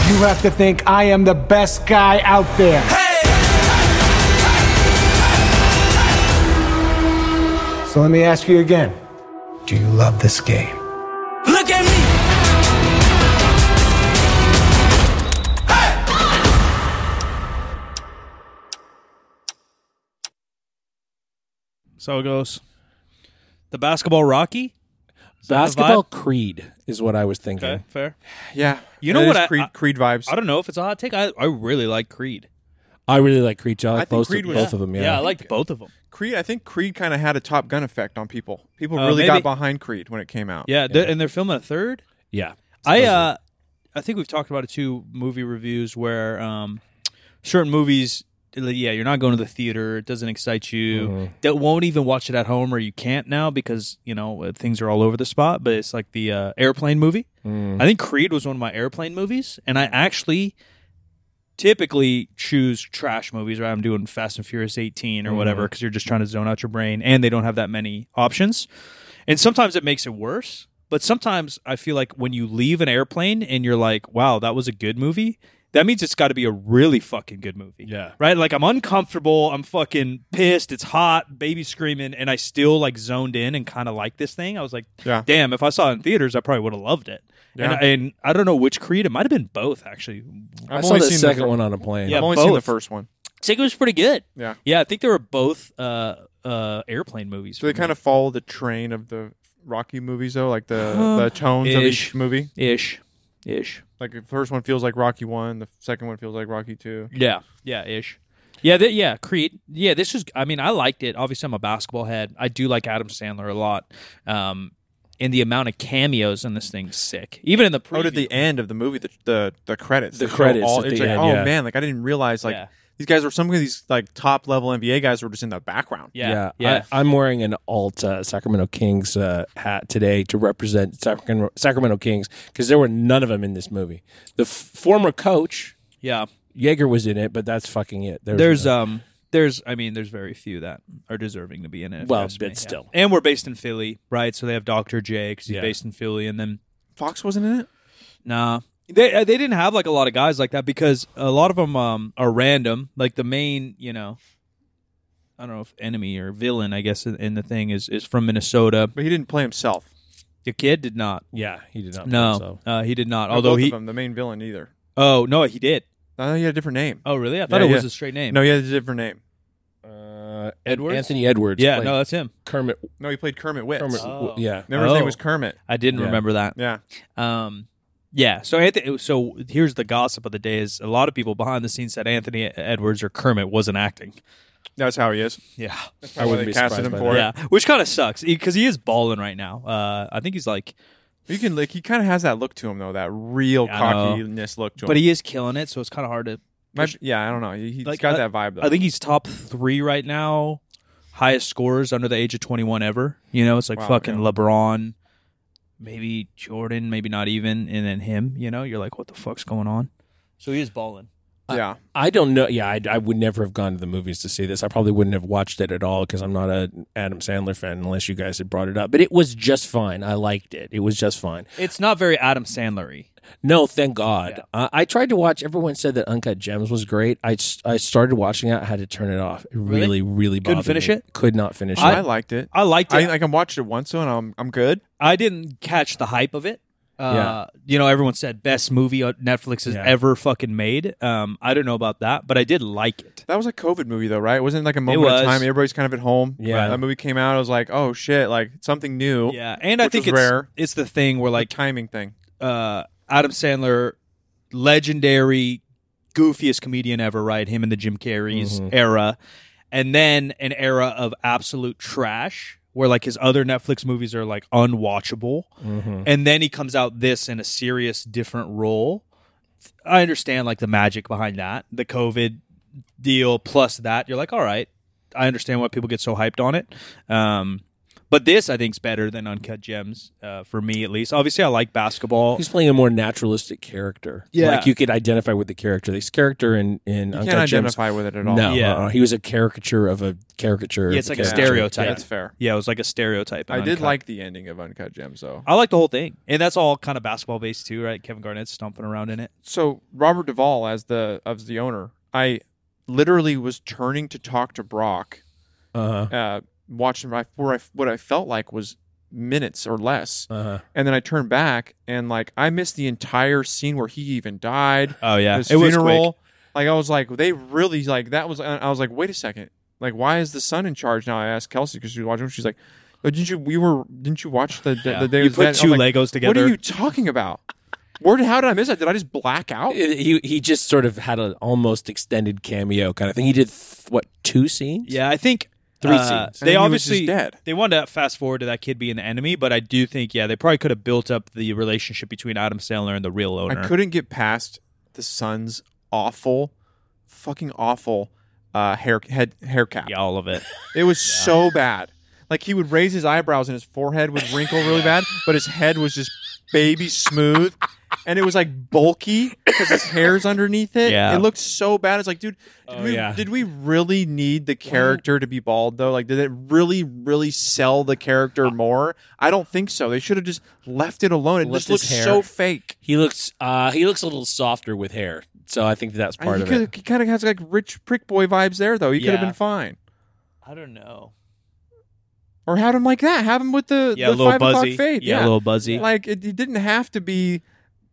E: you have to think, I am the best guy out there.
F: Hey,
E: So let me ask you again Do you love this game?
F: look at me.
A: So it goes. The basketball Rocky.
C: Basketball Creed is what I was thinking.
A: Okay, fair.
B: Yeah.
A: You know
B: It
A: what
B: is
A: I-
B: Creed,
A: I-
B: Creed vibes.
A: I don't know if it's a hot take. I, I really like Creed.
C: I really like Creed. too. I like
B: think
C: both,
B: Creed was-
C: both of them.
A: I liked both of them.
B: Creed. I think Creed kind of had a Top Gun effect on people. People
A: Uh,
B: really
A: maybe.
B: got behind Creed when it came out.
A: Yeah, they're- and they're filming a third.
C: yeah.
A: I uh, I think we've talked about it too. Movie reviews where um, certain movies, yeah, you're not going to the theater. It doesn't excite you. That won't even watch it at home, or you can't now because you know uh, things are all over the spot. But it's like the uh, airplane movie. I think Creed was one of my airplane movies, and I actually typically choose trash movies. Right, I'm doing Fast and Furious 18 or whatever because you're just trying to zone out your brain, and they don't have that many options. And sometimes it makes it worse. But sometimes I feel like when you leave an airplane and you're like, wow, that was a good movie, that means it's got to be a really fucking good movie.
C: Yeah.
A: Right? Like I'm uncomfortable. I'm fucking pissed. It's hot. Baby screaming. And I still like zoned in and kind of like this thing. I was like,
B: Yeah.
A: damn, if I saw it in theaters, I probably would have loved it.
B: Yeah.
A: And, and I don't know which Creed. It might have been both, actually.
B: I've
C: I saw
B: only
C: the
B: seen
C: second
B: fir-
C: one on a plane.
A: Yeah.
B: I've only seen the
A: both.
B: first one.
A: I think it was pretty good.
B: Yeah.
A: Yeah. I think they were both uh, uh, airplane movies.
B: So they kind of follow the train of the Rocky movies, though, like the the tones of
A: Ish.
B: each movie.
A: ish. Ish.
B: Like the first one feels like Rocky one, the second one feels like Rocky two.
A: Yeah, yeah, ish. Yeah, th- yeah, Creed. Yeah, this was. I mean, I liked it. Obviously, I'm a basketball head. I do like Adam Sandler a lot. Um, and the amount of cameos in this thing's sick. Even in the preview.
B: Oh, at the end of the movie, the the, the credits,
C: The
B: they show
C: credits
B: all-
C: at
B: it's
C: the
B: like,
C: end,
B: oh
C: yeah.
B: man, like I didn't realize like
A: Yeah.
B: these guys were some of these like top level NBA guys were just in the background.
A: yeah, yeah,
C: yeah, I, I'm wearing an alt uh, Sacramento Kings uh, hat today to represent Sacramento, Sacramento Kings because there were none of them in this movie. The f- former coach
A: yeah.
C: Jaeger was in it, but that's fucking it. There was
A: There's
C: no-
A: um, there's. I mean, there's very few that are deserving to be in it. if
C: Well,
A: you ask me.
C: but
A: Yeah.
C: still.
A: and we're based in Philly, right? So they have Doctor J because he's
C: Yeah.
A: based in Philly, and then
B: Fox wasn't in it.
A: Nah. They uh, they didn't have like a lot of guys like that because a lot of them um, are random. Like the main, you know, I don't know if enemy or villain, I guess, in, in the thing is is from Minnesota.
B: But he didn't play himself.
A: The kid did not.
C: yeah, he did not.
A: No,
C: so.
A: uh, he did not.
B: Or
A: Although
B: both
A: he,
B: of them, the main villain either.
A: oh no, he did.
B: I thought he had a different name.
A: Oh really? I thought
B: Yeah,
A: it was
B: yeah.
A: a straight name.
B: No, he had a different name.
C: Uh,
A: Edwards?
C: Anthony Edwards.
A: yeah,
C: played
A: no, that's him.
C: Kermit.
B: No, he played Kermit Witz.
C: Kermit
A: Oh.
C: Yeah,
B: Remember his
A: Oh.
B: name was Kermit.
A: I didn't
C: Yeah.
A: remember that.
B: Yeah.
A: Um, yeah. So Anthony. So here's the gossip of the day: is a lot of people behind the scenes said Anthony Edwards or Kermit wasn't acting.
B: That's how he is.
A: Yeah.
B: That's why
C: wouldn't
B: they
C: be
B: casted
C: surprised
B: him
C: by
B: for
C: that.
B: it.
A: Yeah, which kind of sucks because he is balling right now. Uh, I think he's like
B: You can like he kind of has that look to him though, that real
A: Yeah, I know.
B: cockiness look to him.
A: But he is killing it, so it's kind of hard to.
B: Might- yeah, I don't know. He, has
A: Like,
B: got
A: I-
B: that vibe though.
A: I think he's top three right now, highest scorers under the age of 21 ever. You know, it's like
B: Wow,
A: fucking
B: yeah.
A: LeBron, maybe Jordan, maybe not even, and then him. You know, you're like, what the fuck's going on? So he is balling.
B: yeah,
C: I don't know. Yeah, I, I would never have gone to the movies to see this. I probably wouldn't have watched it at all because I'm not a Adam Sandler fan unless you guys had brought it up. But it was just fine. I liked it. It was just fine.
A: It's not very Adam Sandlery.
C: No, thank God.
A: Yeah.
C: Uh, I tried to watch. Everyone said that Uncut Gems was great. I, s- I started watching it. I had to turn it off. It
A: Really?
C: really, really,
A: Couldn't
C: bothered
A: finish
C: me.
A: it?
C: Could not finish
B: I,
C: it.
B: liked it.
A: I liked it.
B: I like I watched it once though, and I'm I'm good.
A: I didn't catch the hype of it. Uh, You know, everyone said best movie Netflix has
C: Yeah.
A: ever fucking made. Um, I don't know about that, but I did like it.
B: That was a COVID movie though, right? It wasn't like a moment of
A: was.
B: time. Everybody's kind of at home.
C: Yeah.
B: that movie came out. I was like, oh shit, like something new.
A: Yeah, and I
B: Which
A: think
B: was
A: it's
B: rare.
A: it's the thing where
B: like
A: like
B: timing thing.
A: uh, Adam Sandler, legendary, goofiest comedian ever, right? Him and the Jim Carrey's era, and then an era of absolute trash where like his other Netflix movies are like unwatchable, and then he comes out this in a serious different role. I understand like the magic behind that, the COVID deal plus that. You're like, all right, I understand why people get so hyped on it. Um, but this, I think, is better than Uncut Gems uh, for me, at least. Obviously, I like basketball.
C: He's playing a more naturalistic character.
A: Yeah.
C: like you could identify with the character. This character in in
B: You
C: Uncut
B: can't
C: Gems.
B: identify with it at all.
C: No,
A: Yeah.
C: uh-uh. he was a caricature of a caricature.
A: Yeah,
C: of
A: it's
C: a
A: like a
C: character.
A: stereotype.
B: that's fair.
A: Yeah, it was like a stereotype. in
B: I did
A: Uncut.
B: like the ending of Uncut Gems though.
A: I like the whole thing, and that's all kind of basketball based too, right? Kevin Garnett's stomping around in it.
B: so Robert Duvall as the as the owner, I literally was turning to talk to Brock,
C: Uh-huh.
B: uh, watching my where I what I felt like was minutes or less,
C: Uh-huh.
B: and then I turned back and like I missed the entire scene where he even died.
A: Oh yeah,
B: his
A: it was
B: funeral.
A: quick.
B: Like I was like they really like that was I was like wait a second like why is the son in charge now? I asked Kelsey because she was watching. him. She's like. But didn't you? We were. Didn't you watch the the,
A: Yeah.
B: the day
A: You
B: was
A: put
B: dead?" I'm
A: two
B: like,
A: Legos
B: What are
A: together.
B: you talking about? Where? How did I miss that? Did I just black out?
C: It- he he just sort of had an almost extended cameo kind of thing. He did th- what two scenes?
A: Yeah, I think
C: Three
A: uh,
C: scenes. And
B: then
A: They
B: he was
A: obviously
B: just dead.
A: They wanted to fast forward to that kid being the enemy, but I do think yeah, they probably could have built up the relationship between Adam Sandler and the real owner.
B: I couldn't get past the son's awful, fucking awful uh, hair head hair cap.
A: yeah, all of it.
B: It was so bad. Like he would raise his eyebrows and his forehead would wrinkle really bad, but his head was just baby smooth, and it was like bulky because his hair's underneath it.
A: Yeah.
B: it looked so bad. It's like, dude, did,
C: Oh,
B: we,
C: yeah.
B: did we really need the character to be bald though? Like, did it really, really sell the
A: Uh,
B: character more? I don't think so. They should have just left it alone. It
C: Left
B: just looks
C: his hair.
B: so fake.
C: He looks uh he looks a little softer with hair. So I think that's
B: I-
C: part
B: he
C: of
B: could-
C: it.
B: He kind of has like rich prick boy vibes there, though. He could have
A: Yeah.
B: been fine.
A: <laughs> I don't know.
B: Or had him like that. Have him with the,
A: Yeah, a
B: the
A: little
B: five
A: buzzy.
B: o'clock fade.
A: Yeah, a little buzzy.
B: Like it, he didn't have to be,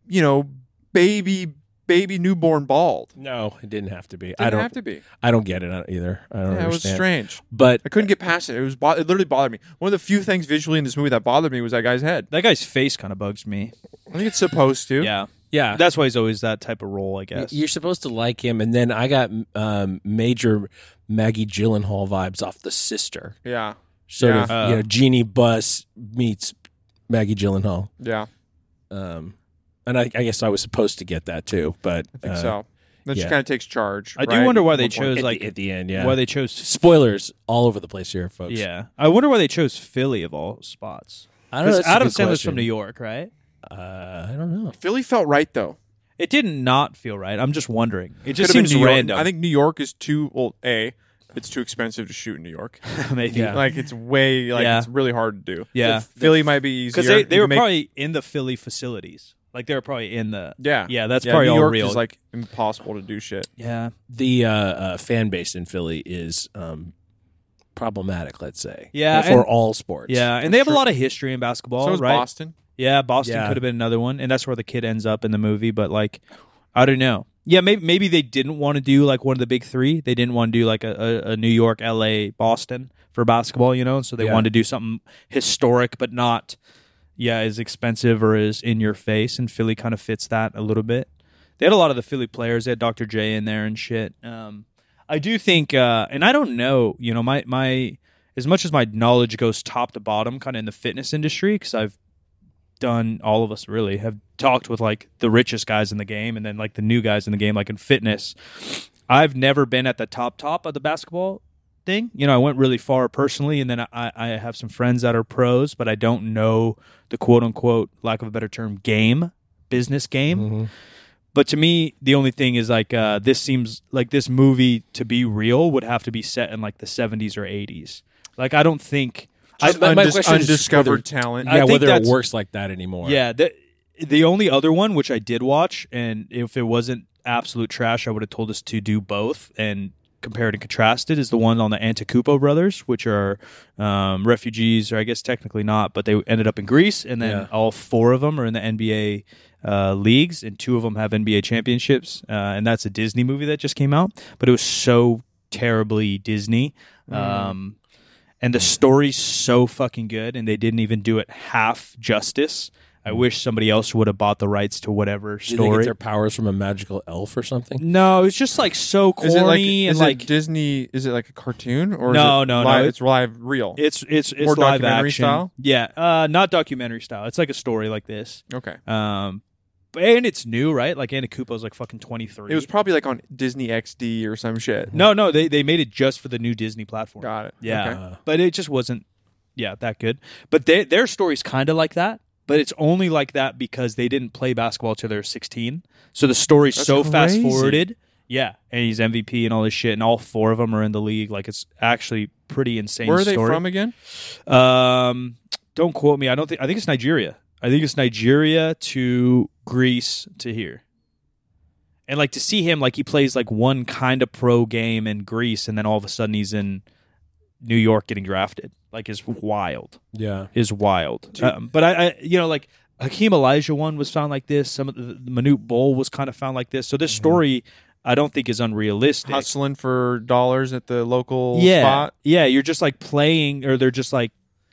B: you know, baby baby newborn bald.
C: No, it didn't have to be.
B: Didn't
C: I don't
B: have to be.
C: I don't get it uh, either. I don't
B: Yeah, it was
C: understand.
B: strange.
C: But
B: I couldn't get past it. It was bo- it literally bothered me. One of the few things visually in this movie that bothered me was that guy's head.
A: That guy's face kind of bugs me.
B: I think it's supposed
A: <laughs>
B: to.
A: Yeah,
C: yeah,
A: that's why he's always that type of role, I guess.
C: you're supposed to like him and then I got um major Maggie Gyllenhaal vibes off the sister.
B: Yeah.
C: Sort
B: Yeah.
C: of,
A: Uh.
C: you know, Jeannie Buss meets Maggie Gyllenhaal.
B: Yeah.
C: Um and I, I guess I was supposed to get that too, but
B: I think
C: uh,
B: so. Then she
C: yeah.
B: kind of takes charge.
A: I do
B: right?
A: wonder why they
B: One point.
A: chose
C: at,
A: like
C: the, at the end, yeah.
A: why they chose.
C: Spoilers all over the place here, folks.
A: Yeah, I wonder why they chose Philly of all spots.
C: I don't know.
A: Because
C: that's a
A: Adam
C: good
A: Sandler's
C: question.
A: from New York, right?
C: Uh, I don't know.
B: Philly felt right though.
A: It did not feel right. I'm just wondering. It just
B: Could've been
A: seems
B: New York.
A: random.
B: I think New York is too well. A, it's too expensive to shoot in New York.
A: <laughs> maybe.
C: Yeah.
B: like it's way like
A: Yeah.
B: it's really hard to do.
A: Yeah.
B: Philly might be easier
A: because they, they
B: You
A: were
B: can make-
A: probably in the Philly facilities. Like they were probably in the
B: yeah
A: yeah. That's probably
B: New
A: all
B: York
A: real.
B: Is like impossible to do shit.
A: yeah,
C: The uh, uh, fan base in Philly is um, problematic. Let's say,
A: Yeah,
C: for
A: and-
C: all sports.
A: yeah, and they have a lot of history in basketball,
B: so is
A: right?
B: Boston.
A: Yeah, Boston
C: Yeah.
A: could have been another one, and that's where the kid ends up in the movie. But like, I don't know. Yeah, maybe maybe they didn't want to do like one of the big three. They didn't want to do like a, a, a New York, L.A., Boston for basketball, you know. So they
C: Yeah.
A: wanted to do something historic, but not yeah as expensive or as in your face. And Philly kind of fits that a little bit. They had a lot of the Philly players. They had Dr. J in there and shit. Um, I do think, uh, and I don't know, you know, my my as much as my knowledge goes top to bottom, kind of in the fitness industry, because I've done all of us really have talked with like the richest guys in the game and then like the new guys in the game like in fitness i've never been at the top top of the basketball thing you know i went really far personally and then i i have some friends that are pros but i don't know the quote unquote lack of a better term game business game but to me the only thing is like uh this seems like this movie to be real would have to be set in like the 70s or 80s like i don't think I,
C: Just- my- my
B: Undis-
C: question is
B: undiscovered
C: whether-
B: talent.
A: I
C: Yeah,
A: think
C: whether it
A: that's-
C: works like that anymore.
A: yeah, the the only other one which I did watch, and if it wasn't absolute trash, I would have told us to do both and compared and contrasted is the one on the Anticupo brothers, which are um, refugees, or I guess technically not, but they ended up in Greece, and then
C: Yeah.
A: all four of them are in the NBA uh, leagues, and two of them have NBA championships, uh, and that's a Disney movie that just came out, but it was so terribly Disney.
C: Mm.
A: Um, and the story's so fucking good and they didn't even do it half justice i wish somebody else would have bought the rights to whatever
C: Do they get
A: story
C: their powers from a magical elf or something?
A: no it's just like so corny
B: Is it like,
A: and
B: is
A: like
B: it Disney? Is it like a cartoon or
A: No,
B: is it
A: no, no,
B: live,
A: it-
B: It's live, real.
A: it's it's it's
B: More
A: live
B: documentary
A: action
B: style?
A: yeah uh not documentary style it's like a story like this
B: okay.
A: um but and it's new right like anna Kupo's like fucking 23
B: It was probably like on Disney XD or some shit.
A: no no they they made it just for the new disney platform
B: Got it. Okay.
A: Yeah, but it just wasn't, yeah, that good. But they, their story's kind of like that, but it's only like that because they didn't play basketball till they were 16. So the story's so fast forwarded. Yeah, and he's MVP and all this shit, and all four of them are in the league. Like it's actually pretty insane.
B: Where are they
A: story.
B: from again?
A: Um, don't quote me. I don't think. I think it's Nigeria. I think it's Nigeria to Greece to here. And like to see him, like he plays like one kind of pro game in Greece, and then all of a sudden he's in New York getting drafted. Like is wild,
C: Yeah.
A: is wild. Um, but I, I, you know, like Hakeem Elijah one was found like this. Some of the, the Manute Bowl was kind of found like this. So this story, I don't think is unrealistic
B: Hustling for dollars at the local
A: yeah,
B: spot.
A: Yeah, you're just like playing, or they're just like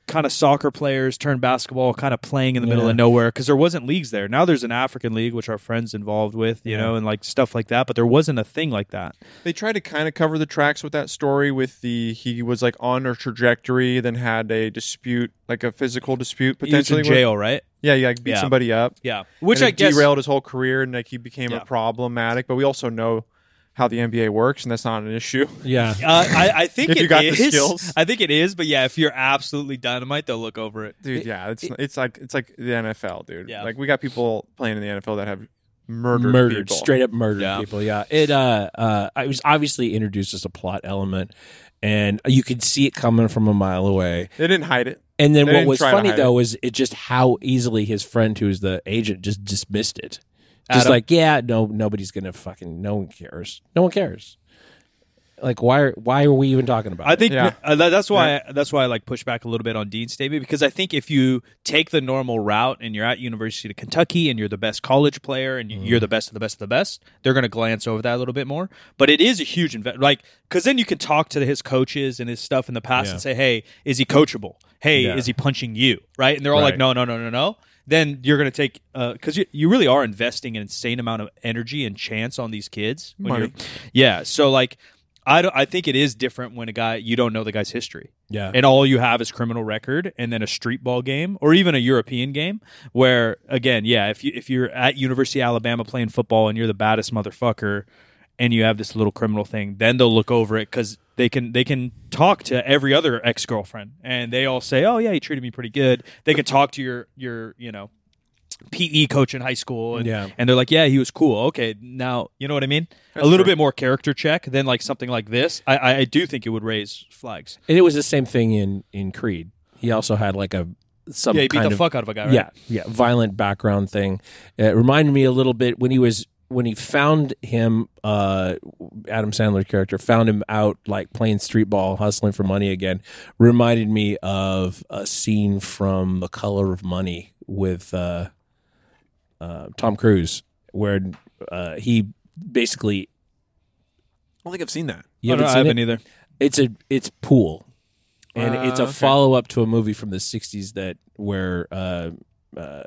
A: kind of soccer players turned basketball, kind of playing in the middle
C: Yeah.
A: of nowhere because there wasn't leagues there. Now there's an African league which our friends involved with, you know, and like stuff like that. But there wasn't a thing like that.
B: They tried to kind of cover the tracks with that story with the he was like on a trajectory, then had a dispute, like a physical dispute
A: He was
B: potentially.
A: in
B: with-
A: jail, right?
B: Yeah, yeah, like beat
A: Yeah.
B: somebody up.
A: Yeah, which
B: and
A: I
B: it
A: guess
B: derailed his whole career, and like he became
A: Yeah.
B: a problematic. But we also know how the NBA works, and that's not an
A: <laughs>
B: issue.
C: Yeah.
A: Uh, I, I think
B: <laughs> If you
A: it
B: got the
A: is.
B: skills.
A: I think it is, but yeah, if you're absolutely dynamite, they'll look over it.
B: dude. Yeah, it's it's like it's like the NFL, dude.
A: Yeah.
B: Like we got people playing in the NFL that have murdered,
C: murdered,
B: people.
C: straight up murdered
A: Yeah.
C: people. Yeah, it uh, uh, it was obviously introduced as a plot element, and you could see it coming from a mile away.
B: They didn't hide it.
C: And then
B: They
C: what
B: didn't
C: was
B: try to
C: funny
B: hide
C: though is it just how easily his friend, who is the agent, just dismissed it. Just
A: Adam-
C: like, yeah, no, nobody's gonna fucking, no one cares, no one cares. Like, why? Are, why are we even talking about?
A: I
C: it?
A: think
B: Yeah.
A: uh, that- that's why that's why I like push back a little bit on Dean's statement because I think if you take the normal route and you're at University of Kentucky and you're the best college player and you- you're the best of the best of the best, they're going to glance over that a little bit more. But it is a huge invest, like because then you can talk to his coaches and his stuff in the past
C: Yeah.
A: and say, hey, is he coachable? Hey,
C: Yeah.
A: is he punching you? Right? And they're all
C: Right.
A: like, no, no, no, no, no. Then you're going to take because you, you really are investing an insane amount of energy and chance on these kids when
B: Money.
A: you're- yeah. So like, I don't. I think it is different when a guy you don't know the guy's history,
C: yeah,
A: and all you have is criminal record, and then a street ball game, or even a European game, where again, yeah, if you if you're at University of Alabama playing football and you're the baddest motherfucker, and you have this little criminal thing, then they'll look over it because they can they can talk to every other ex girlfriend, and they all say, oh yeah, he treated me pretty good. They can talk to your your you know PE E coach in high school, and,
C: Yeah.
A: and they're like, "Yeah, he was cool." Okay, now you know what I mean. a little bit more character check than like something like this. I, I, I do think it would raise flags.
C: and it was the same thing in in Creed. He also had like a some
A: yeah, he beat
C: kind
A: the
C: of,
A: fuck out of a guy. Right?
C: Yeah, yeah, violent background thing. It reminded me a little bit when he was when he found him. Uh, Adam Sandler's character found him out like playing street ball, hustling for money again. Reminded me of a scene from The Color of Money with uh, uh, Tom Cruise, where uh, he basically
B: I don't think I've seen that.
A: you
C: you haven't
A: Oh, I
C: seen
A: haven't
C: it?
A: either.
C: it's a it's pool and
B: Uh,
C: it's a
B: okay.
C: follow up to a movie from the 60s that where uh, uh,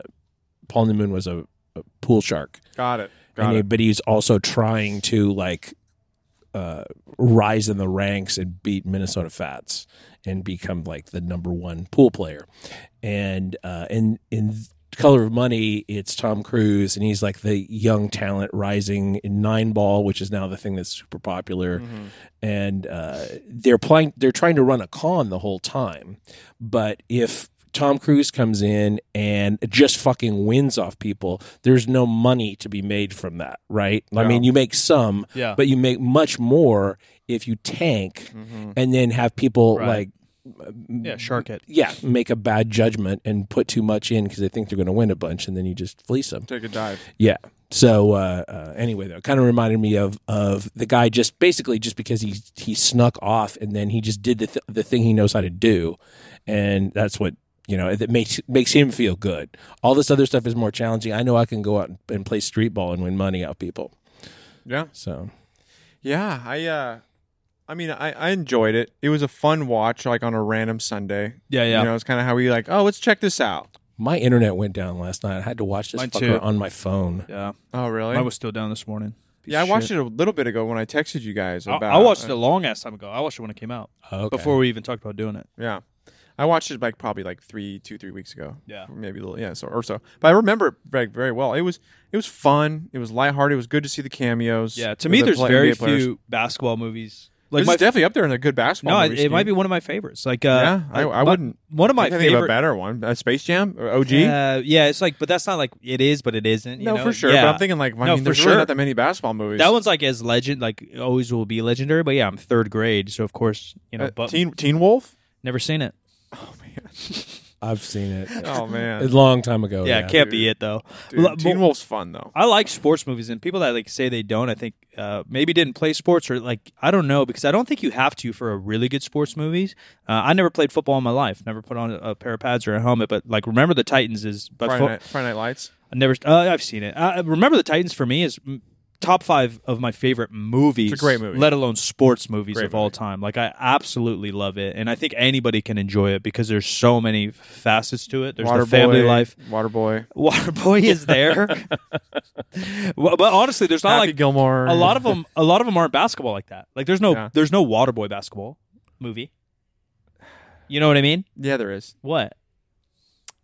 C: Paul Newman was a, a pool shark
B: Got it. Got
C: and he,
B: it.
C: but he's also trying to like uh, rise in the ranks and beat Minnesota Fats and become like the number one pool player and uh, and in Color of Money, it's Tom Cruise, and he's like the young talent rising in Nine Ball, which is now the thing that's super popular.
B: Mm-hmm.
C: And uh, they're playing, they're trying to run a con the whole time. But if Tom Cruise comes in and just fucking wins off people, there's no money to be made from that, right? I mean, you make some,
A: Yeah.
C: but you make much more if you tank and then have people
A: Mm-hmm. Right.
C: like
A: Yeah, shark it.
C: yeah, make a bad judgment and put too much in because they think they're going to win a bunch, and then you just fleece them.
B: Take a dive.
C: Yeah. So uh, uh, anyway, though, kind of reminded me of of the guy just basically just because he he snuck off and then he just did the th- the thing he knows how to do, and that's what you know that makes makes him feel good. All this other stuff is more challenging. I know I can go out and, and play street ball and win money off people.
B: Yeah.
C: So
B: Yeah, I uh I mean I, I enjoyed it. It was a fun watch like on a random Sunday.
A: Yeah, yeah.
B: You know, it's kinda how we like, oh let's check this out.
C: my internet went down last night. I had to watch this
A: Mine
C: fucker
A: too.
C: on my phone.
A: Yeah,
B: Oh really?
A: I was still down this morning.
B: yeah, I watched it a little bit ago when I texted you guys
A: I,
B: about
A: I watched it a long ass time ago. I watched it when it came out
C: Okay.
A: before we even talked about doing it.
B: Yeah. I watched it like probably like three, two, three weeks ago.
A: Yeah.
B: maybe a little, yeah, so or so. But I remember it very, very well. It was it was fun. It was lighthearted. It was good to see the cameos.
A: Yeah, to
B: of
A: me,
B: the
A: there's
B: play-
A: very
B: NBA players.
A: few basketball movies.
B: This
A: Like my
B: is definitely up there in the good
A: no,
B: basketball.
A: it,
B: movies,
A: it might be
B: dude.
A: one of my favorites. Like, uh,
B: Yeah, I, I
A: bu-
B: wouldn't.
A: One of
B: I
A: my
B: can't think of a
A: favorite.
B: better one. Uh, Space Jam or OG.
A: Uh, yeah, it's like, but that's not like it is, but it isn't. you
B: no,
A: know?
B: for sure.
A: Yeah.
B: But I'm thinking like, I
A: No,
B: mean,
A: for
B: there's
A: sure.
B: really not that many basketball movies.
A: that one's like as legend, like always will be legendary. But yeah, I'm third grade, so of course, you know,
B: Uh,
A: but
B: Teen Teen Wolf.
A: never seen it.
C: I've
A: <laughs>
C: seen it.
B: Oh
C: A
B: man,
C: long time ago.
A: yeah,
C: yeah.
A: can't be it though.
B: Oh, Dude,
A: Well,
B: Teen
A: but-
B: Wolf's fun though.
A: I like sports movies, and people that like say they don't, I think uh, maybe didn't play sports or like I don't know because I don't think you have to for a really good sports movies. Uh, I never played football in my life, never put on a, a pair of pads or a helmet, but like Remember the Titans is by
B: Friday
A: fo-
B: Night, Friday Night Lights.
A: I never uh, I've seen it. Uh, Remember the Titans for me is mm, top five of my favorite movies.
B: It's a great movie.
A: let alone sports movies
B: Great
A: of all
B: movie.
A: time. Like I absolutely love it, and I think anybody can enjoy it because there's so many facets to it. There's the family
B: Waterboy,
A: life. <laughs>
B: Waterboy.
A: Waterboy is there. <laughs> well, but honestly, there's not
B: Happy
A: like
B: Gilmore.
A: a lot of them. A lot of them aren't basketball like that. Like there's no
B: Yeah.
A: there's no Waterboy basketball movie. You know what I mean?
B: Yeah, there is.
A: What?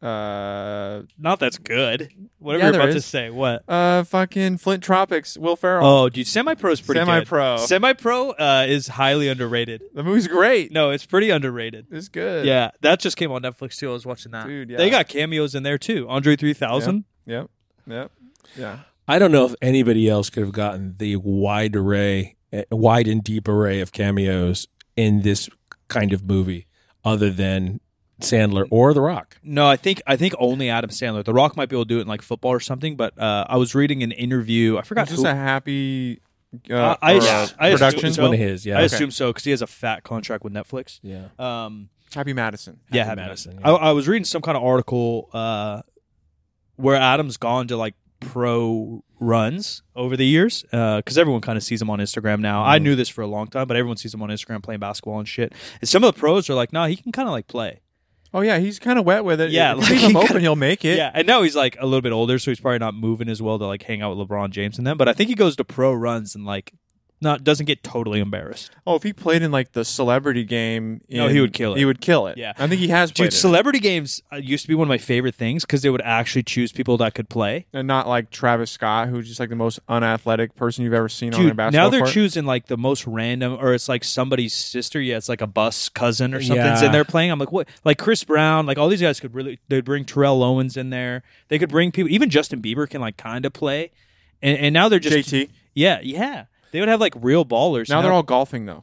B: Uh,
A: Not that's good. Whatever
B: Yeah,
A: you're
B: there
A: about to
B: is.
A: say. What?
B: uh, fucking Flint Tropics. Will Ferrell.
A: Oh, dude, semi pro is pretty good.
B: Semi-Pro.
A: Semi pro uh, is highly underrated.
B: The movie's great.
A: No, it's pretty underrated.
B: <laughs> It's good.
A: Yeah, that just came on Netflix too. I was watching that.
B: Dude,
A: They
B: yeah.
A: got cameos in there too. Andre 3000.
B: Yep. Yep. Yeah.
C: I don't know if anybody else could have gotten the wide array, eh, wide and deep array of cameos in this kind of movie, other than Sandler or The Rock.
A: No, I think I think only Adam Sandler. The Rock might be able to do it in like football or something. But uh, I was reading an interview. I forgot
B: It's just
A: who.
B: a happy. Uh,
A: I- Ah, I
B: or,
A: ass-
B: uh,
A: I assume
B: production.
A: it's
C: It's one of his. Yeah,
A: I assume so because he has a fat contract with Netflix.
C: yeah.
A: Um,
B: Happy Madison.
A: yeah,
C: Happy
A: Happy
C: Madison,
A: Madison.
C: yeah.
A: I, I was reading some kind of article uh, where Adam's gone to like pro runs over the years because everyone kind of sees him on Instagram now. I knew this for a long time, but everyone sees him on Instagram playing basketball and shit. And some of the pros are like, "Nah, he can kind of like play."
B: Oh yeah, he's kind of wet with
A: <laughs>
B: it.
A: Yeah,
B: If
A: like,
B: you leave
A: he
B: him
A: kinda-
B: open, he'll make it.
A: yeah, and now he's like a little bit older, so he's probably not moving as well to like hang out with LeBron James and them. But I think he goes to pro runs and like not doesn't get totally embarrassed.
B: Oh, if he played in like the celebrity game, in,
A: No, he would kill it.
B: He would kill it.
A: Yeah.
B: I think he has played
A: Dude,
B: in it.
A: celebrity games uh, used to be one of my favorite things because they would actually choose people that could play.
B: and not like Travis Scott, who's just like the most unathletic person you've ever seen on a
A: Dude,
B: basketball
A: now they're
B: court.
A: choosing like the most random, or it's like somebody's sister. Yeah, it's like a bus cousin or something.
C: Yeah.
A: And they're playing. I'm like, what? Like Chris Brown, like all these guys could really. They'd bring Terrell Owens in there. They could bring people. Even Justin Bieber can like kind of play. And, and now they're just
B: JT.
A: Yeah, yeah. They would have like real ballers.
B: Now they're all golfing though.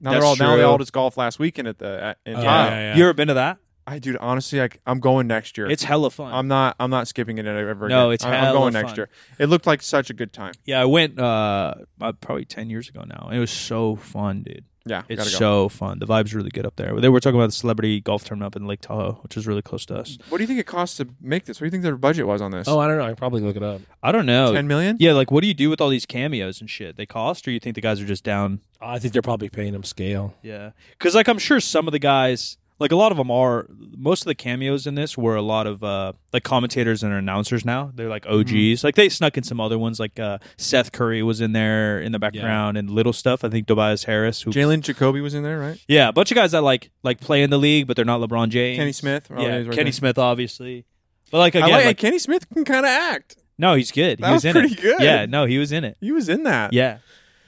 B: Now they're
A: That's
B: all now they
A: true.
B: all just golf last weekend at the at, in
C: Oh,
B: Tahoe.
C: yeah, yeah.
A: You ever been to that?
B: I dude, honestly, like I'm going next year.
A: It's hella fun.
B: I'm not I'm not skipping it ever
A: No,
B: again.
A: it's
B: I'm, I'm
A: hella
B: going
A: fun.
B: next year. It looked like such a good time.
A: yeah, I went uh about probably ten years ago now. It was so fun, dude.
B: Yeah, gotta
A: It's so
B: go.
A: fun. The vibe's really good up there. They were talking about the celebrity golf tournament up in Lake Tahoe, which is really close to us.
B: What do you think it costs to make this? What do you think their budget was on this?
C: Oh, I don't know. I could probably look it up.
A: I don't know.
B: 10 million?
A: Yeah, like what do you do with all these cameos and shit? They cost, or you think the guys are just down?
C: I think they're probably paying him scale.
A: Yeah, because like I'm sure some of the guys, like a lot of them are. Most of the cameos in this were a lot of uh like commentators and announcers. Now they're
B: Mm-hmm.
A: like OGs. Like they snuck in some other ones. Like uh Seth Curry was in there in the background and little stuff. I think Tobias Harris. Who,
B: Jalen Jacoby was in there, right?
A: yeah, a bunch of guys that like like play in the league, but they're not LeBron James.
B: Kenny Smith. Oh,
A: yeah,
B: he's right
A: Kenny
B: there.
A: Smith, obviously. But like again,
B: I like,
A: like-
B: Kenny Smith can kind of act.
A: no, he's good.
B: That
A: he
B: was
A: was, in
B: pretty
A: it.
B: good.
A: Yeah, no, he was in it.
B: He was in that.
A: Yeah.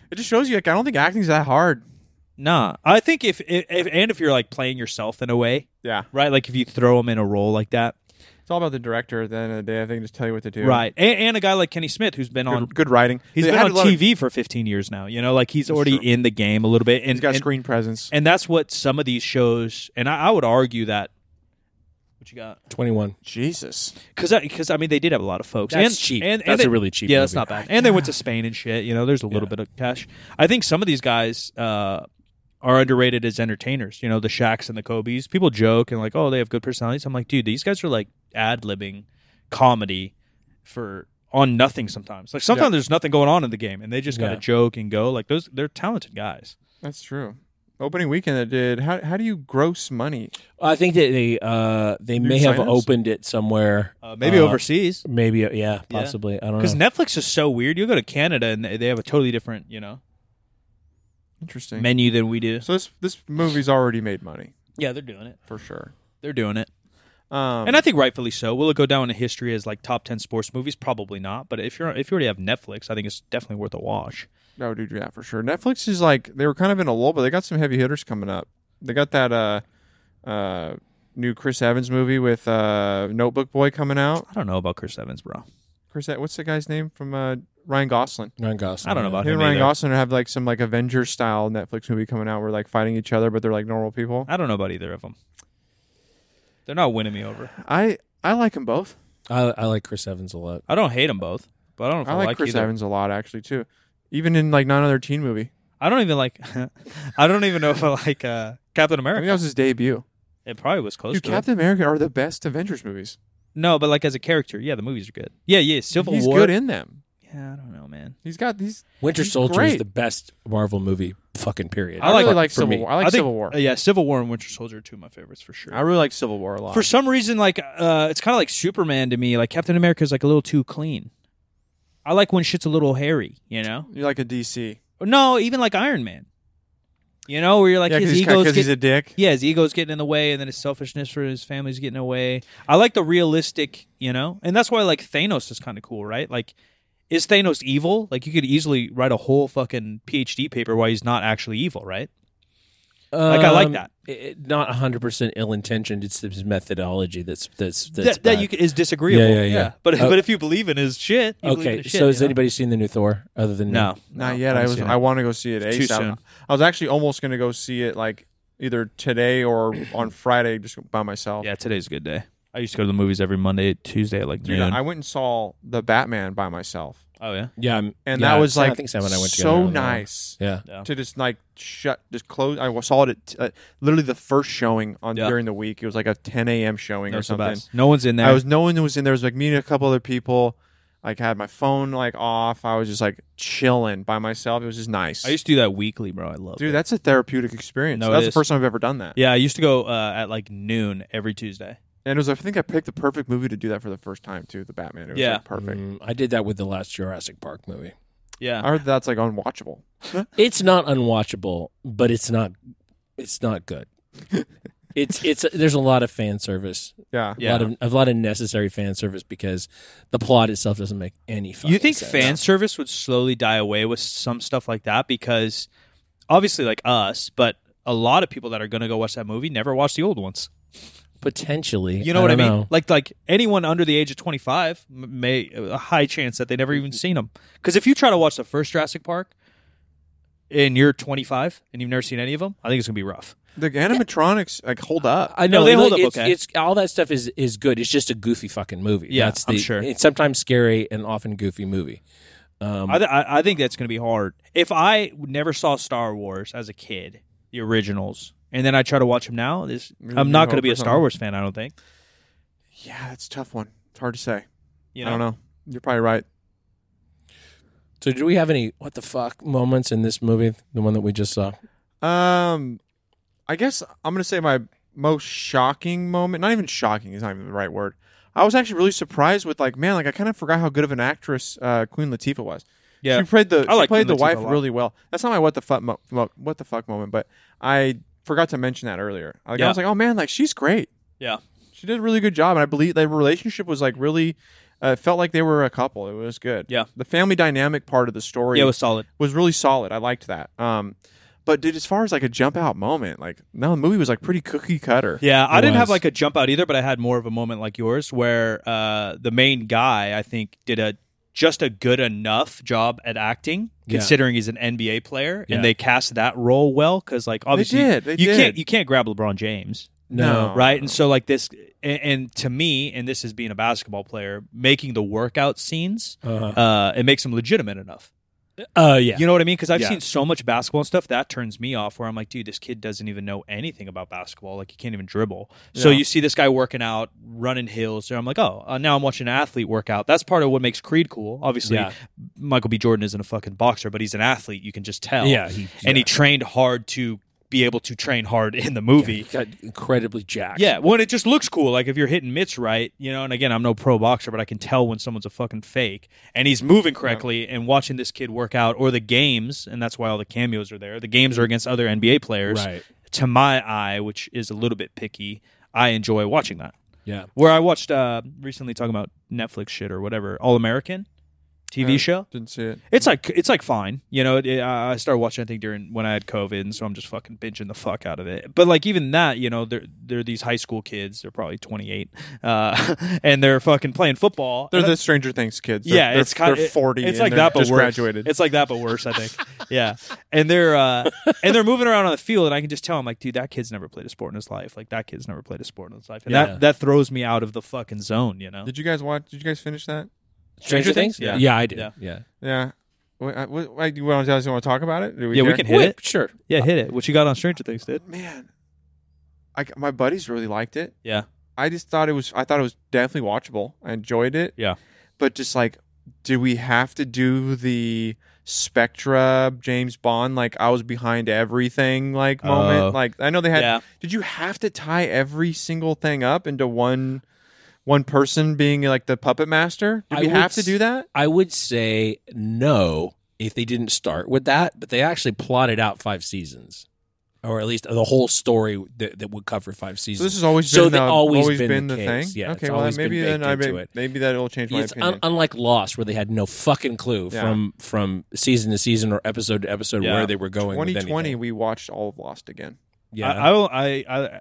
B: It just shows you like I don't think acting's that hard.
A: Nah, I think if, if, if and if you're like playing yourself in a way,
B: Yeah.
A: right? Like if you throw him in a role like that,
B: It's all about the director at the end of the day. I think just tell you what to do.
A: right? And, and a guy like Kenny Smith who's been
B: Good,
A: on
B: good writing.
A: he's
B: They
A: been
B: had
A: on
B: a lot of-
A: TV for 15 years now. You know, like he's already
B: true.
A: in the game a little bit, and
B: he's got
A: and,
B: screen presence.
A: and that's what some of these shows, and I, I would argue that. What you got?
C: Twenty one.
B: Jesus.
A: Because because I, mean they did have a lot of folks.
C: That's
A: and,
C: cheap.
A: And, and
C: That's a
A: they-
C: really cheap
A: Yeah, that's
C: movie.
A: not bad. And they went to Spain and shit. You know, there's a little bit of cash. I think some of these guys uh, are underrated as entertainers. You know, the Shaqs and the Kobe's. People joke and like, oh, they have good personalities. I'm like, dude, these guys are like ad libbing comedy for on nothing sometimes. Like sometimes there's nothing going on in the game and they just got to
C: Yeah.
A: joke and go. Like those, they're talented guys.
B: That's true. Opening weekend it did. How how do you gross money?
C: I think that they uh, they may have
B: signups?
C: opened it somewhere.
A: Uh, maybe
C: Uh,
A: overseas
C: Maybe uh, yeah, possibly. I don't
A: because
C: know.
A: Netflix is so weird. You go to Canada and they they have a totally different, you know,
B: Interesting.
A: menu than we do.
B: So this this movie's already made money
A: Yeah, they're doing it.
B: for sure.
A: They're doing it.
B: Um,
A: And I think rightfully so. Will it go down in history as like top ten sports movies? Probably not. But if you're if you already have Netflix, I think it's definitely worth a watch.
B: I would do that Oh, for sure. Netflix is like they were kind of in a lull, but they got some heavy hitters coming up. They got that uh uh new Chris Evans movie with uh Notebook Boy coming out.
A: I don't know about Chris Evans, bro.
B: Chris, E, what's the guy's name from uh Ryan Gosling?
C: Ryan Gosling.
A: I don't know about him.
B: Him and Ryan
A: either.
B: Gosling have like some like Avengers style Netflix movie coming out where like fighting each other, but they're like normal people.
A: I don't know about either of them. They're not winning me over.
B: I I like them both.
C: I, I like Chris Evans a lot.
A: I don't hate them both, but I don't know if I,
B: I like, Chris
A: either.
B: Evans a lot actually too. Even in like none other teen movie.
A: I don't even like. <laughs> I don't even know if I like uh, Captain
B: I think
A: America.
B: that was his debut.
A: it probably was close
B: Dude,
A: to
B: Captain America are the best Avengers movies.
A: it. No, but like as a character, yeah, the movies are good. Yeah, yeah. Civil
B: He's
A: War.
B: good in them.
A: yeah, I don't know, man.
B: He's got these.
C: Winter
B: he's
C: Soldier is
B: great.
C: the best Marvel movie. Fucking period.
A: I like-
B: really
C: Fuck
B: like
C: for
B: Civil
C: me.
B: War. I like
A: think-
B: Civil War.
A: uh, yeah, Civil War and Winter Soldier are two of my favorites for sure.
B: I really like Civil War a lot.
A: For some reason, like uh, it's kind of like Superman to me. Like Captain America is like a little too clean. I like when shit's a little hairy, you know.
B: You're like a DC.
A: No, even like Iron Man. You know, where you're like
B: yeah,
A: his
B: because he's, kinda-
A: ego's
B: 'cause he's
A: get-
B: a dick.
A: yeah, his ego's getting in the way, and then his selfishness for his family's getting away. I like the realistic, you know, and that's why like Thanos is kind of cool, right? Like, is Thanos evil? Like, you could easily write a whole fucking PhD paper why he's not actually evil, right? Like, I like
C: Um,
A: that.
C: It, it- not 100% ill intentioned. It's his methodology that's that's that's
A: that that
C: bad.
A: you c- is disagreeable.
C: Yeah, yeah, yeah.
A: But
C: Uh,
A: but if you believe in his shit, you believe in
C: Okay,
A: his shit,
C: so has
A: you know?
C: anybody seen the new Thor other than
A: No,
C: me?
B: Not
A: no,
B: yet. I
A: haven't
B: was.
A: seen
B: I
A: it.
B: want to go see it.
A: Too
B: ASAP.
A: soon.
B: I was actually almost going to go see it like either today or on Friday, just by myself.
A: Yeah, today's a good day. I used to go to the movies every Monday, Tuesday at like
B: Dude,
A: noon.
B: I went and saw the Batman by myself,
A: oh yeah,
C: Yeah, I'm-
B: and
C: yeah,
B: that was
C: Sam-
B: like
C: I think Sam and I went together on
B: so
C: that one.
B: nice
C: Yeah,
A: Yeah.
B: to just like shut, just close. I saw it at uh, literally the first showing on
A: Yeah.
B: during the week. It was like a 10 a.m. showing or
A: that's the
B: something.
A: best. No one's in there.
B: I was no one was in there. It was like me and a couple other people. Like had my phone like off. I was just like chilling by myself. It was just nice.
A: I used to do that weekly, bro. I love
B: Dude,
A: it.
B: that's a therapeutic experience.
A: No, it
B: that's the
A: is.
B: first time I've ever done that.
A: Yeah, I used to go uh, at like noon every Tuesday.
B: And it was I think I picked the perfect movie to do that for the first time too, the Batman. It was
A: Yeah. Mm-hmm.
B: like, perfect.
C: Mm, I did that with the last Jurassic Park movie.
A: Yeah,
B: I heard that's like unwatchable.
C: It's not unwatchable, but it's not it's
A: <laughs>
C: not good. it's it's there's a lot of fan service,
B: Yeah.
A: Yeah.
C: a lot of a lot of necessary fan service because the plot itself doesn't make any. Fucking
A: you think
C: sense.
A: fan service would slowly die away with some stuff like that because obviously, like us, but a lot of people that are gonna go watch that movie never watch the old ones.
C: potentially?
A: You know what I
C: don't
A: mean?
C: know.
A: Like like anyone under the age of 25 m- may a high chance that they never even seen them. Cuz if you try to watch the first Jurassic Park and you're 25 and you've never seen any of them, I think it's going to be rough.
B: The animatronics like hold up.
C: I know
A: No, they
C: and
A: hold
C: look,
A: up
C: it's,
A: okay.
C: It's all that stuff is is good. It's just a goofy fucking movie.
A: Yeah,
C: That's the,
A: I'm sure.
C: It's sometimes scary and often goofy movie. Um,
A: I, th- I I think that's going to be hard. If I never saw Star Wars as a kid, the originals, and then I try to watch them now, this
B: Maybe
A: I'm
B: New
A: not going
B: Hope
A: to be
B: or
A: a Star
B: something.
A: Wars fan, I don't think.
B: Yeah, that's a tough one. It's hard to say.
A: You know.
B: I don't know. You're probably right.
C: so, do we have any what the fuck moments in this movie? The one that we just saw.
B: Um, I guess I'm gonna say my most shocking moment. Not even shocking is not even the right word. I was actually really surprised with like, man, like I kind of forgot how good of an actress uh, Queen Latifah was.
A: Yeah.
B: she played
A: I
B: the she
A: like
B: played
A: Queen
B: the
A: Latifah
B: wife
A: a lot.
B: really well. That's not my what the fuck mo- mo- what the fuck moment, but I forgot to mention that earlier. Like, I
A: Yeah.
B: was like, oh man, like she's great.
A: Yeah.
B: she did a really good job, and I believe their relationship was like really. Uh, it felt like they were a couple. It was good.
A: Yeah.
B: the family dynamic part of the story
A: Yeah, it was solid.
B: was really solid. I liked that. Um, but dude, as far as like a jump out moment, like no, the movie was like pretty cookie cutter.
A: Yeah, I
C: It
A: didn't have
C: was.
A: like a jump out either, but I had more of a moment like yours where uh, the main guy I think did a just a good enough job at acting,
C: Yeah.
A: considering he's an NBA player,
C: Yeah.
A: and they cast that role well because like obviously
B: did, they
A: you
B: did.
A: can't you can't grab LeBron James.
B: No.
A: right? And so like this, and, and to me, and this is being a basketball player, making the workout scenes,
C: Uh-huh.
A: uh, it makes them legitimate enough.
C: Uh, yeah.
A: You know what I mean? Because I've
C: Yeah.
A: seen so much basketball and stuff that turns me off. Where I'm like, dude, this kid doesn't even know anything about basketball. Like he can't even dribble. So
B: Yeah.
A: you see this guy working out, running hills, and I'm like, oh, uh, now I'm watching an athlete work out. That's part of what makes Creed cool. Obviously,
C: Yeah.
A: Michael B. Jordan isn't a fucking boxer, but he's an athlete. You can just tell.
C: Yeah, he-
A: and
C: yeah.
A: he trained hard to be able to train hard in the movie.
C: got incredibly jacked.
A: Yeah, when it just looks cool, like if you're hitting mitts right, you know. And again, I'm no pro boxer, but I can tell when someone's a fucking fake. And he's moving correctly, and watching this kid work out, or the games, and that's why all the cameos are there. The games are against other NBA players.
C: Right.
A: To my eye, which is a little bit picky, I enjoy watching that.
C: Yeah.
A: Where I watched uh, recently talking about Netflix shit or whatever, All American TV show.
B: Didn't see it.
A: It's like it's like fine, you know. It, I I started watching I think during when I had COVID, and so I'm just fucking binging the fuck out of it. But like even that, you know, they're they're these high school kids. They're probably 28, uh, <laughs> and they're fucking playing football.
B: They're the Stranger Things kids. They're,
A: yeah,
B: they're,
A: it's kind
B: they're
A: it-
B: forty.
A: It's
B: and
A: like
B: they're
A: that, but
B: just
A: worse.
B: graduated.
A: It's like that, but worse. I think. <laughs> yeah, and they're uh, and they're moving around on the field, and I can just tell I'm like, dude, that kid's never played a sport in his life. Like that kid's never played a sport in his life, and
C: Yeah.
A: that that throws me out of the fucking zone. You know.
B: did you guys watch? Did you guys finish that?
C: Stranger Things?
A: Yeah.
C: Yeah, I did.
A: Yeah.
C: Yeah.
B: Yeah. What, I- what, what, you guys want to talk about it? Do
A: yeah, we
B: dare?
A: can hit
C: Wait,
A: it.
C: Sure.
A: Yeah, hit it. What you got on Stranger Things, dude?
B: Man, I, my buddies really liked it.
A: Yeah,
B: I just thought it was. I thought it was definitely watchable. I enjoyed it.
A: yeah.
B: but just like do we have to do the spectra james bond like i was behind everything like moment
A: Oh.
B: like i know they had
A: Yeah.
B: did you have to tie every single thing up into one one person being like the puppet master do
C: I
B: we
C: would
B: have to
C: s-
B: do that
C: I would say no if they didn't start with that, but they actually plotted out five seasons, or at least the whole story that, that would cover five
B: so
C: seasons.
B: this has always
C: So
B: been
C: they
B: the,
C: always
B: been,
C: been
B: the,
C: the
B: thing
C: case. Yeah, it's
B: okay well
C: always
B: then maybe
C: been
B: then I
C: baked
B: may,
C: into it.
B: maybe that'll change my
C: it's
B: opinion
C: un- unlike Lost, where they had no fucking clue
B: Yeah.
C: from from season to season or episode to episode
A: Yeah.
C: where they were going. with
B: 2020
C: anything.
B: we watched all of lost again
C: yeah,
A: I, I will- I, I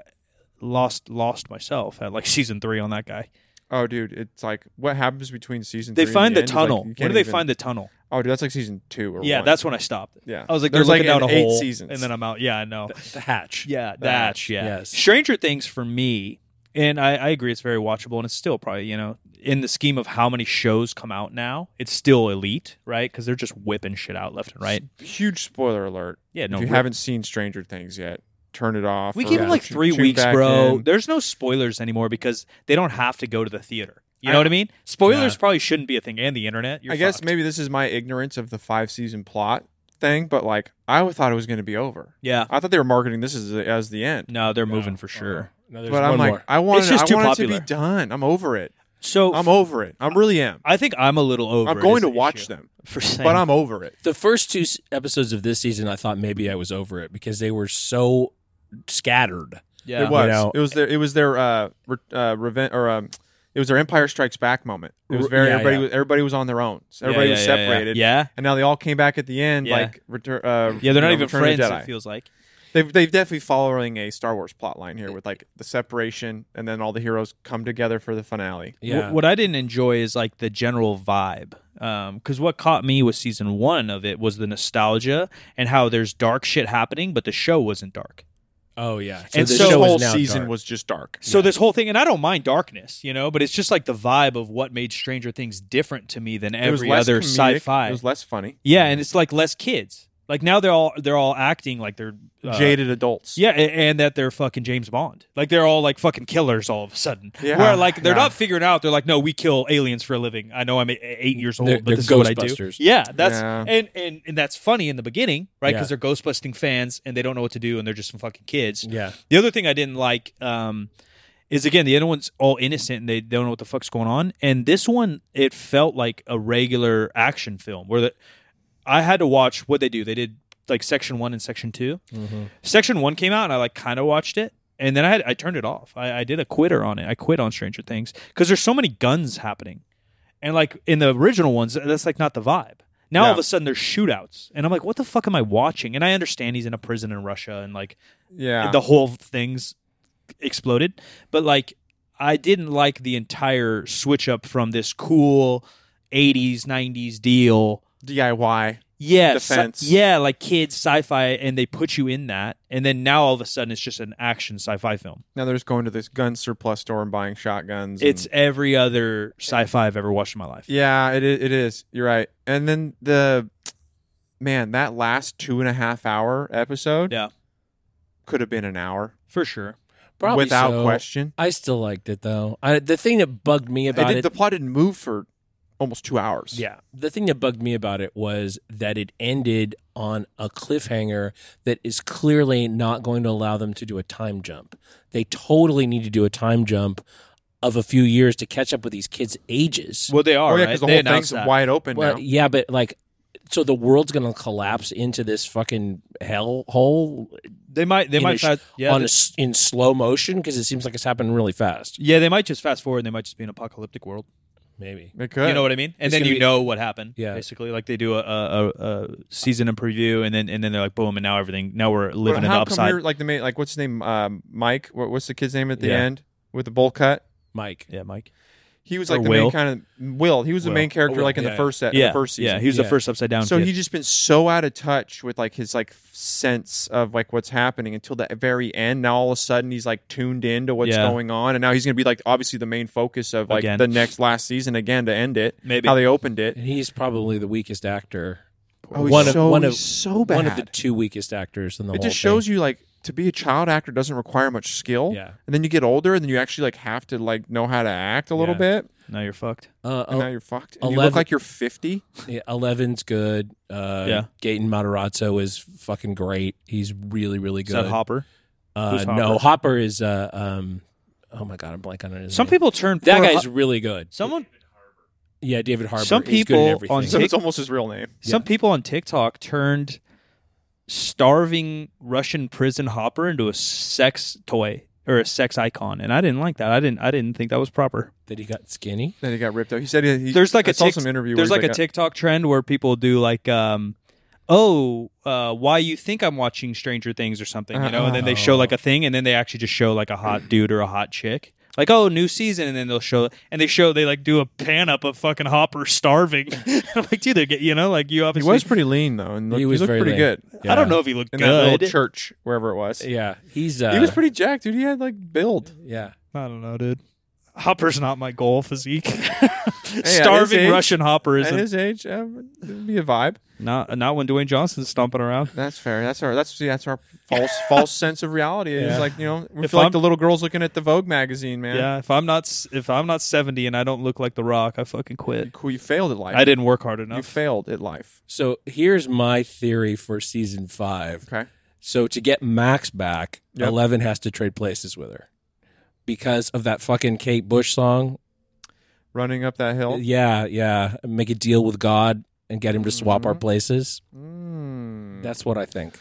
A: lost lost myself at like <laughs> season three on that guy.
B: oh dude it's like what happens between season
A: They
B: three and
A: find the
B: end is,
A: tunnel.
B: like, you
A: Where
B: can't
A: do they
B: even-
A: find the tunnel?
B: oh dude that's like season two or
A: Yeah,
B: one.
A: that's when I stopped.
B: Yeah.
A: I was like,
B: There's,
A: they're
B: like,
A: looking down
B: an
A: a
B: eight
A: hole,
B: seasons.
A: and then I'm out. Yeah, I know.
C: the hatch.
A: Yeah,
B: hatch,
A: that. Yeah.
C: yes.
A: Stranger Things for me, and I, I agree, it's very watchable, and it's still probably you know in the scheme of how many shows come out now, it's still elite, right? Because they're just whipping shit out left and right.
B: huge spoiler alert.
A: Yeah, no,
B: if you
A: we're-
B: haven't seen Stranger Things yet, turn it off.
A: We
B: or
A: give them like
B: tune-
A: three
B: tune
A: weeks,
B: back
A: bro.
B: in.
A: There's no spoilers anymore because they don't have to go to the theater. You know
B: I-
A: what I mean? Spoilers
C: Yeah.
A: probably shouldn't be a thing, and the internet. You're
B: I guess
A: fucked.
B: maybe this is my ignorance of the five season plot thing, but like I thought it was going to be over.
A: Yeah.
B: I thought they were marketing this as the, as the end.
A: No, they're moving
B: Uh-huh.
A: for sure.
C: No, there's
B: but
C: one
B: I'm like,
C: more.
B: I want
A: It's
B: it,
A: just
B: I
A: too
B: want it
A: popular.
B: to be done. I'm over it.
A: So
B: I'm over it. I really am.
A: I think I'm a little over.
B: I'm
A: it
B: going
A: is
B: to
A: the
B: watch
A: issue.
B: them,
A: for saying,
B: but I'm over it.
C: the first two s- episodes of this season, I thought maybe I was over it because they were so scattered.
A: yeah.
B: It was.
C: You know-
B: it was their. It was their. Uh, re, uh, reven- or um, it was their Empire Strikes Back moment. It was
C: R-
B: very.
C: yeah,
B: everybody.
C: yeah.
B: Was, everybody was on their own. So
A: Yeah,
B: everybody
A: yeah,
B: was
A: yeah, yeah.
B: separated.
A: Yeah.
B: And now they all came back at the end.
A: Yeah.
B: Like return. Uh,
A: Yeah, they're not
B: you know,
A: even
B: Return of
A: friends.
B: the Jedi.
A: It feels like.
B: They've they've definitely following a Star Wars plot line here with like the separation and then all the heroes come together for the finale.
A: Wh- What, I didn't enjoy is like the general vibe. Because what caught me with season one of it was the nostalgia and how there's dark shit happening, but the show wasn't dark.
C: oh yeah.
A: And so-
C: the
B: this
C: show is
B: whole
C: now
B: season
C: dark.
B: was just dark.
A: So this whole thing, and I don't mind darkness, you know, but it's just like the vibe of what made Stranger Things different to me than
B: It was
A: every
B: less
A: other
B: comedic,
A: sci-fi.
B: It was less funny.
A: yeah, and it's like less kids. Like now they're all they're all acting like they're uh,
B: Jaded adults.
A: Yeah, a- and that they're fucking James Bond. Like they're all like fucking killers all of a sudden.
B: Yeah,
A: Where like they're
B: yeah.
A: not figuring out. They're like, no, we kill aliens for a living. I know I'm a- eight years old,
C: They're-
A: but
C: they're
A: this is what I do.
C: Ghostbusters.
A: Yeah, that's
B: Yeah.
A: and and and that's funny in the beginning, right?
C: Yeah.
A: Because they're Ghostbusting fans and they don't know what to do and they're just some fucking kids.
C: Yeah.
A: The other thing I didn't like um, is again the other one's all innocent and they don't know what the fuck's going on, and this one it felt like a regular action film where the I had to
C: Mm-hmm.
A: watch what they do. They did like section one and section 2 Section one came out and I like kind of watched it, and then I had, I turned it off. I, I did a quitter on it. I quit on Stranger Things because there's so many guns happening, and like in the original ones, that's like not the vibe. Now all of
B: Yeah.
A: a sudden there's shootouts, and I'm like, what the fuck am I watching? And I understand he's in a prison in Russia, and like
B: Yeah.
A: the whole thing's exploded. But like, I didn't like the entire switch up from this cool '80s '90s deal.
B: DIY.
A: Yeah, sci-
B: Defense.
A: yeah, like kids sci-fi, and they put you in that, and then now all of a sudden it's just an action sci-fi film.
B: Now they're just going to this gun surplus store and buying shotguns. and-
A: It's every other sci-fi I've ever watched in my life.
B: Mm. yeah, it is, it is. You're right. And then the man that last two and a half hour episode
A: Yeah,
B: could have been an hour
A: for sure.
C: Probably
B: without
C: so.
B: question.
C: I still liked it though. I, the thing that bugged me
B: I
C: about
B: did,
C: it,
B: the plot didn't move for almost two hours.
C: yeah, the thing that bugged me about it was that it ended on a cliffhanger that is clearly not going to allow them to do a time jump. They totally need to do a time jump of a few years to catch up with these kids' ages.
A: Well, they are.
B: oh yeah,
A: right?
B: because the
A: They
B: whole
A: announced
B: thing's
A: that.
B: wide open
C: Well,
B: now.
C: yeah, but like, so the world's going to collapse into this fucking hell hole
A: They might. They
C: in
A: might.
C: a sh-
A: fast, yeah,
C: on a
A: they-
C: s in slow motion because it seems like it's happening really fast.
A: yeah, they might just fast forward. and They might just be an apocalyptic world.
C: Maybe.
B: It could.
A: You know what I mean? And
C: It's
A: then
C: gonna
A: you
C: be-
A: know what happened.
C: Yeah.
A: basically, like they do a, a, a, a season in preview, and then and then they're like, boom, and now everything. Now we're living in
B: But
A: the
B: how come
A: upside.
B: you're- like the main, like what's his name? Um, Mike. What, what's the kid's name at the
C: Yeah.
B: end with the bowl cut?
C: Mike.
A: Yeah, Mike.
B: He was
A: Or
B: like the
A: Will.
B: main kind of Will. He was the
C: Will.
B: main character
C: Oh, Will.
B: like in
C: Yeah,
B: the first set,
A: yeah,
B: the first season.
A: yeah. He was the
C: Yeah.
A: first upside down.
B: so
A: kid.
B: he just been so out of touch with like his like sense of like what's happening until the very end. Now all of a sudden he's like tuned in to what's
A: Yeah.
B: going on, and now he's gonna be like obviously the main focus of like
A: Again.
B: the next last season again to end it.
A: Maybe.
B: how they opened it.
C: And he's probably the weakest actor.
B: Oh,
C: One
B: he's so, he's so bad.
C: One of the two weakest actors in the
B: it
C: whole
B: just shows you like to be a child actor doesn't require much skill.
C: Yeah.
B: and then you get older, and then you actually like have to like know how to act a little
C: Yeah.
B: bit.
A: now you're fucked.
C: You, uh,
B: And now you're fucked. And you
C: 11
B: look like you're fifty. <laughs>
C: yeah, Eleven's good. Uh,
A: Yeah.
C: Gaten Matarazzo is fucking great. He's really, really
A: Is
C: good.
A: that Hopper?
C: Uh,
A: Who's
C: No,
A: Hopper?
C: Hopper is. Uh, um, oh my god, I'm blanking on his
A: Some
C: name.
A: people turn
C: That
A: poor
C: guy's
A: Hu-
C: really good.
A: Someone
C: Yeah, David Harbour.
A: Some
C: is good at
A: people
C: everything.
A: on-
B: So it's almost his real name.
A: Some people on TikTok turned starving Russian prison hopper into a sex toy or a sex icon, and I didn't like that. I didn't. I didn't think that was proper.
C: that he got skinny.
B: Then he got ripped out. He said he, he-
A: There's like
B: I
A: a
B: saw
A: tic-
B: some interview. where
A: There's
B: he's
A: like a
B: uh,
A: TikTok trend where people do like, um, oh, uh, why you think I'm watching Stranger Things or something, you know? And then they show like a thing, and then they actually just show like a hot dude or a hot chick. Like oh new season and then they'll show and they show they like do a pan up of fucking Hopper starving. <laughs> I'm like dude they're get you know like you
B: He
A: obviously
B: was pretty lean though, and looked,
C: he was
B: looked
C: very
B: pretty
C: lean.
B: good Uh,
C: Yeah.
A: I don't know if he looked
B: in that
A: good.
B: little church wherever it was.
C: Yeah, he's. Uh,
B: he was pretty jacked, dude. He had like build.
C: Yeah,
A: I don't know, dude. Hopper's not my goal physique. <laughs>
B: his
A: Starving
B: age-
A: Russian Hopper
B: At
A: isn't
B: his age, uh, it'd be a vibe.
A: not not when Dwayne Johnson's stomping around.
B: That's fair. That's our. That's see, that's our false <laughs> false sense of reality.
C: Yeah.
B: It's like you know, we
A: If
B: feel
A: I'm-
B: like the little girls looking at the Vogue magazine, man.
A: Yeah, if I'm not s- if I'm not 70 and I don't look like The Rock, I fucking quit.
B: Cool. You failed at life.
A: I didn't work hard
B: You
A: enough.
B: failed at life.
C: So here's my theory for season five.
B: Okay.
C: So to get Max back,
B: Yep.
C: Eleven has to trade places with her because of that fucking Kate Bush song.
B: Running up that
A: Oh.
B: hill.
C: Yeah, yeah. Make a deal with God and get him to swap
A: Mm-hmm.
C: our places.
B: Mm.
C: That's what I think.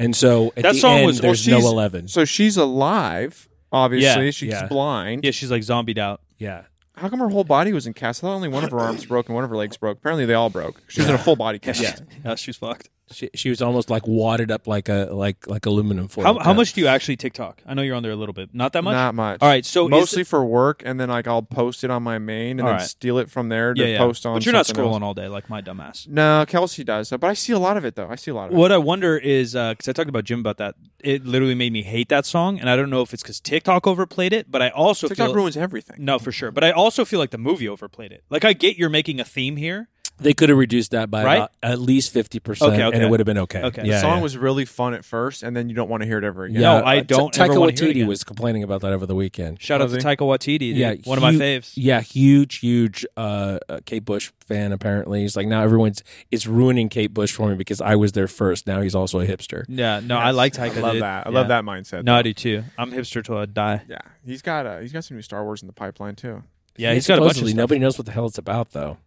C: And so at
A: That
C: the
A: song
C: end,
A: was- well,
C: there's no
A: she's-
C: Eleven.
B: So she's alive. Obviously,
A: Yeah,
B: she's
C: yeah.
B: blind.
A: Yeah, she's like zombied out.
C: yeah,
B: How come her whole body was in cast? I thought only one of her arms broke and one of her legs broke. Apparently, they all broke. She was in a full body cast.
A: Yeah, <laughs> yeah she's fucked.
C: she, she was almost like wadded up like a like like aluminum foil.
A: How, how
C: Yeah.
A: much do you actually TikTok? I know you're on there a little bit. Not that much.
B: Not much.
A: All right, so is-
B: mostly for work, and then like I'll post it on my main, and
A: All
B: then
A: right.
B: steal it from there to
A: yeah, yeah.
B: post on.
A: but you're not
B: something
A: scrolling
B: else.
A: all day like my dumbass.
B: No, Kelsey does, but I see a lot of it though. I see a lot of it.
A: What I wonder is because I talked about Jim about that. It literally made me hate that song, and I don't know if it's because TikTok overplayed it, but I also
B: TikTok
A: feel
B: ruins everything.
A: no for sure. But I also feel like the movie overplayed it. Like I get you're making a theme here.
C: They could have reduced that by
A: Right?
C: about at least fifty percent,
A: Okay,
C: and
A: okay.
C: it would have been okay.
A: Okay.
C: yeah,
B: the song
C: yeah.
B: was really fun at first, and then you don't want to hear it ever again.
A: Yeah. No, I
C: uh,
A: don't
C: Ta-
A: ever
C: Taika
A: wanna hear it
C: Waititi
A: again.
C: was complaining about that over the weekend.
A: Shout out
B: Was
A: to
B: he?
A: Taika Waititi, dude.
C: Yeah,
A: one of my
C: hu-
A: faves.
C: Yeah, huge, huge uh, uh, Kate Bush fan. Apparently, he's like now everyone's it's ruining Kate Bush for me because I was there first. Now he's also a hipster.
A: Yeah, no, I like Taika.
B: I love
A: dude.
B: that. I
A: Yeah.
B: love that mindset.
A: No,
B: though.
A: I do too. I'm hipster till I die.
B: yeah, he's got a he's got some new Star Wars in the pipeline too.
A: Yeah, he's got a bunch of
C: Supposedly,
A: stuff.
C: nobody knows what the hell it's about though.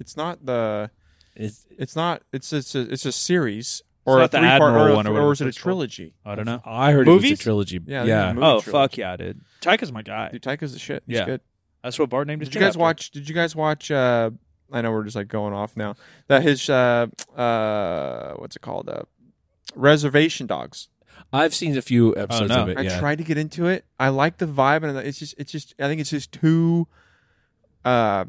B: It's not the
C: It's,
B: it's not it's it's a, it's a series, or
A: not
B: a
A: the
B: three part,
A: Admiral
B: or, a-
A: one or whatever
B: or was it a
A: it's called.
B: trilogy?
A: I don't know.
C: I heard it
A: Movies?
C: was a trilogy.
B: Yeah,
C: yeah.
B: there's a
A: Oh
B: trilogy.
A: fuck yeah, dude! Taika's my guy.
B: Dude, Taika's the shit. He's
A: Yeah.
B: good.
A: That's what Bart named his
B: Did you
A: kid
B: guys
A: after.
B: watch? Did you guys watch? uh I know we're just like going off now. That his uh uh what's it called? Uh, Reservation Dogs.
C: I've seen a few episodes
A: Oh, no.
C: of it.
B: I
C: yeah.
B: tried to get into it. I like the vibe, and it's just it's just I think it's just too uh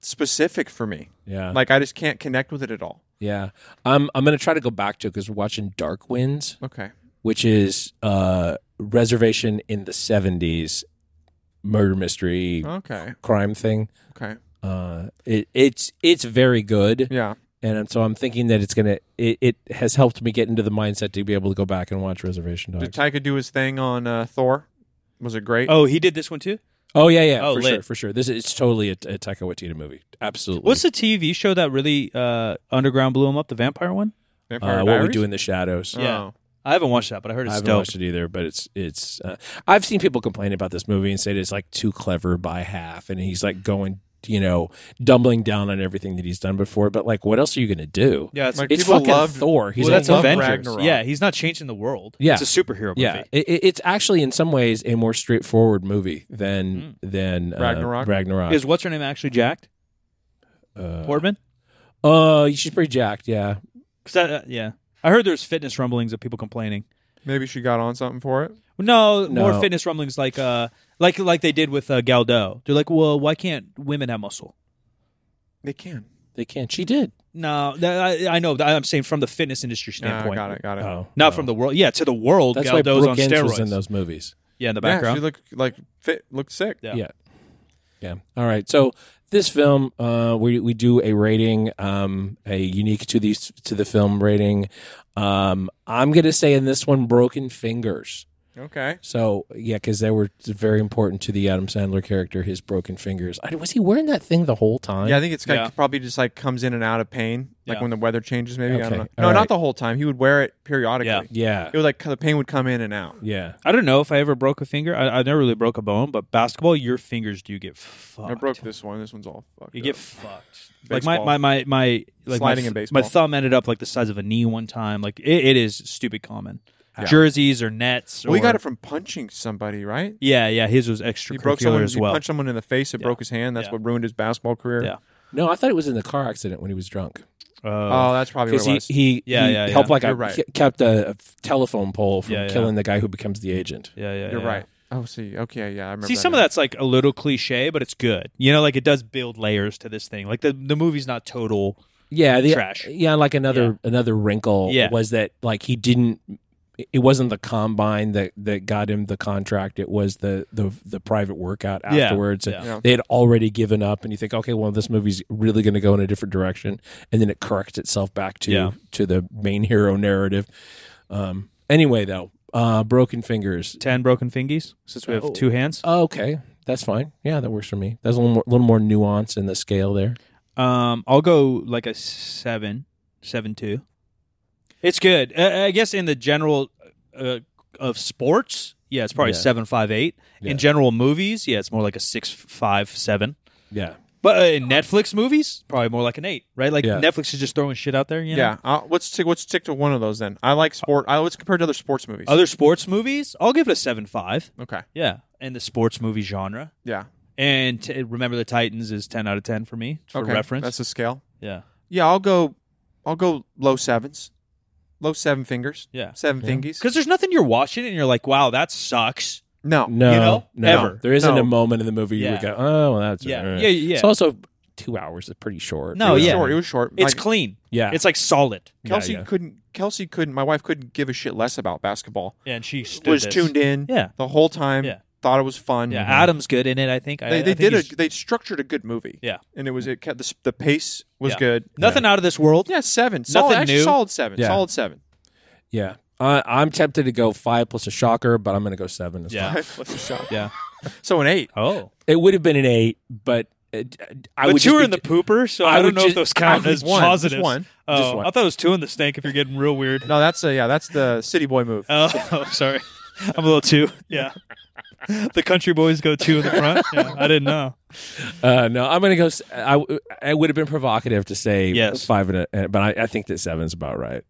B: specific for me.
C: yeah.
B: Like I just can't connect with it at all.
C: Yeah, I'm I'm gonna try to go back to it because we're watching Dark Winds,
B: Okay.
C: which is uh reservation in the '70s murder mystery
B: Okay.
C: crime thing.
B: Okay.
C: Uh, it, it's it's very good,
B: Yeah.
C: and so I'm thinking that it's gonna it, it has helped me get into the mindset to be able to go back and watch Reservation Dogs.
B: Did Taika do his thing on uh, Thor? Was it great?
A: Oh, he did this one too.
C: oh yeah, yeah,
A: Oh,
C: for
A: lit.
C: sure, for sure. This is, it's totally a, a Taika Waititi movie, absolutely.
A: What's the TV show that really uh, underground blew him up? The vampire one.
B: Vampire
C: uh, what we
B: Diaries?
C: do in the shadows?
A: Yeah.
B: Oh.
A: I haven't watched that, but I heard
C: I
A: it's
C: haven't
A: dope.
C: watched it either, but it's it's. Uh, I've seen people complain about this movie and say that it's like too clever by half, and he's like going, you know, dumbling down on everything that he's done before. But like, what else are you gonna do?
A: Yeah, it's,
B: Like,
C: it's
B: people
C: fucking
B: loved-
C: Thor. He's
A: well,
C: a
A: that's
B: love
C: Thor.
A: Avengers.
B: Ragnarok.
A: Yeah, he's not changing the world.
C: Yeah.
A: it's a superhero movie.
C: Yeah, it, it- it's actually in some ways a more straightforward movie than
A: Hmm.
C: than uh,
B: Ragnarok?
C: Ragnarok.
A: Is what's her name actually jacked?
C: uh,
A: Portman.
C: uh, she's pretty jacked. Yeah,
A: 'Cause that, uh, yeah, I heard there's fitness rumblings of people complaining.
B: Maybe she got on something for it.
A: No, more
C: No.
A: fitness rumblings like uh, like like they did with uh, Galdo. They're like, well, why can't women have muscle?
B: They can.
C: they can. She did.
A: No, that, I, I know. that I'm saying from the fitness industry
B: Yeah,
A: standpoint,
B: got it. Got it.
C: Oh,
A: not
C: no.
A: from the world. Yeah, to the world,
C: That's why
A: Galdo's on
C: Brooke Ince
A: steroids.
C: was in those movies.
A: Yeah, in the
B: Yeah,
A: background.
B: she looked like fit. Looked sick.
A: Yeah.
C: Yeah. Yeah. All right. So this film, uh, we we do a rating, um, a unique to these to the film rating. Um, I'm gonna say in this one, broken fingers.
B: Okay.
C: So yeah, because they were very important to the Adam Sandler character, his broken fingers. I, was he wearing that thing the whole time?
B: Yeah, I think it's like
A: Yeah.
B: probably just like comes in and out of pain, like
A: Yeah.
B: when the weather changes. Maybe I
C: Okay,
B: don't know.
C: all
B: No,
C: right.
B: not the whole time. He would wear it periodically.
A: Yeah.
C: Yeah.
B: It was like the pain would come in and out.
C: Yeah.
A: I don't know if I ever broke a finger. I, I never really broke a bone, but basketball, your fingers do get fucked.
B: I broke this one. This one's all fucked.
A: You
B: up.
A: get fucked. Like my
B: Baseball.
A: my my my like my,
B: Sliding in
A: th-
B: baseball.
A: my thumb ended up like the size of a knee one time. Like it, it is stupid common. Jerseys or nets. Or,
B: well, he got it from punching somebody, right?
A: Yeah, yeah. His was extra
B: He broke someone.
A: as
B: He
A: well.
B: punched someone in the face. It broke his hand. That's
A: Yeah.
B: what ruined his basketball career.
A: Yeah.
C: No, I thought it was in the car accident when he was drunk.
A: Uh,
B: Oh, that's probably what
C: Because
B: it
C: he,
B: was.
C: he,
A: Yeah,
C: he
A: yeah,
C: helped
A: yeah.
C: like a,
B: You're right.
C: ke- kept a, a telephone pole from
A: Yeah, yeah.
C: killing the guy who becomes the agent.
A: yeah, yeah.
B: You're
A: yeah.
B: right. Oh, see, okay, yeah, I remember.
A: See,
B: that
A: some of
B: now.
A: that's like a little cliche, but it's good. You know, like it does build layers to this thing. Like the the movie's not total.
C: yeah the,
A: trash.
C: yeah like another another wrinkle
A: Yeah.
C: was that like he didn't it wasn't the combine that that got him the contract it was the the, the private workout
A: Yeah.
C: afterwards And
A: Yeah.
C: they had already given up and you think okay well this movie's really going to go in a different direction and then it corrects itself back to
A: Yeah.
C: to the main hero narrative um anyway though uh broken fingers
A: Ten broken fingies since we have
C: Oh.
A: two hands.
C: okay that's fine yeah that works for me there's a little more, little more nuance in the scale there
A: Um, I'll go like a seven, seven two. It's good, I, I guess. In the general uh, of sports, yeah, it's probably
C: Yeah.
A: seven five eight.
C: Yeah.
A: In general movies, yeah, it's more like a six five seven.
C: yeah
A: But uh, in Netflix movies, probably more like an eight, right? Like
C: Yeah.
A: Netflix is just throwing shit out there. You know?
B: yeah. I'll, let's stick, let's stick to one of those then. I like sport. I let's compare to other sports movies.
A: Other sports movies, I'll give it a seven five.
B: okay,
A: Yeah, and the sports movie genre.
B: yeah,
A: And t- remember the Titans is ten out of ten for me for
B: okay.
A: reference.
B: That's the scale.
A: yeah,
B: Yeah, I'll go. I'll go low sevens, low seven fingers.
A: Yeah.
B: seven fingies.
A: because there's nothing you're watching and you're like, wow, that sucks.
B: No,
C: No,
A: you know,
C: no.
A: ever.
C: There isn't
B: No.
C: a moment in the movie you
A: Yeah.
C: would go, oh, well, that's
A: Yeah.
C: uh."
A: Yeah, yeah.
C: It's also two hours is pretty short.
A: No,
B: it was
A: yeah.
B: short. It was short.
A: It's
B: Like,
A: clean.
C: Yeah.
A: It's like solid.
B: Kelsey
C: yeah.
B: couldn't. Kelsey couldn't. My wife couldn't give a shit less about basketball.
A: Yeah, and she stood
B: Was
A: this.
B: tuned in.
A: Yeah.
B: the whole time.
A: Yeah.
B: thought it was fun.
A: Yeah, Adam's good in it. I think I- I
B: They, they
A: think
B: did
A: he's-
B: a. They structured a good movie.
A: Yeah.
B: and it was it kept the, s- the pace was
A: yeah.
B: good.
A: Nothing out of this world.
B: Yeah, seven. Solid,
A: Nothing
B: actually
A: new.
B: Solid seven.
C: Yeah.
B: Solid seven. <laughs>
C: Yeah. I, I'm tempted to go five plus a shocker, but I'm going to go seven. It's
B: <laughs>
C: fine.
A: <laughs> yeah,
B: What's the shot?
A: yeah.
B: So an eight.
A: Oh,
C: It would have been an eight, but it, I
A: but
C: would
A: two
C: just
A: are
C: be-
A: in the pooper, so I,
C: I
A: don't
C: would
A: know if
C: just-
A: those count
C: I would
A: as
B: one, just
A: positives.
B: one, just
A: oh,
C: one.
A: I thought it was two in the stank. If you're getting real weird.
B: No, that's a yeah. That's the city boy move.
A: <laughs> Oh, sorry. I'm a little too.
B: <laughs>
A: Yeah. the country boys go two in the front. Yeah, I didn't know.
C: Uh, no, I'm going to go. s- I, w- I would have been provocative to say
A: Yes.
C: uh, five, and a, but I, I think that seven's about right.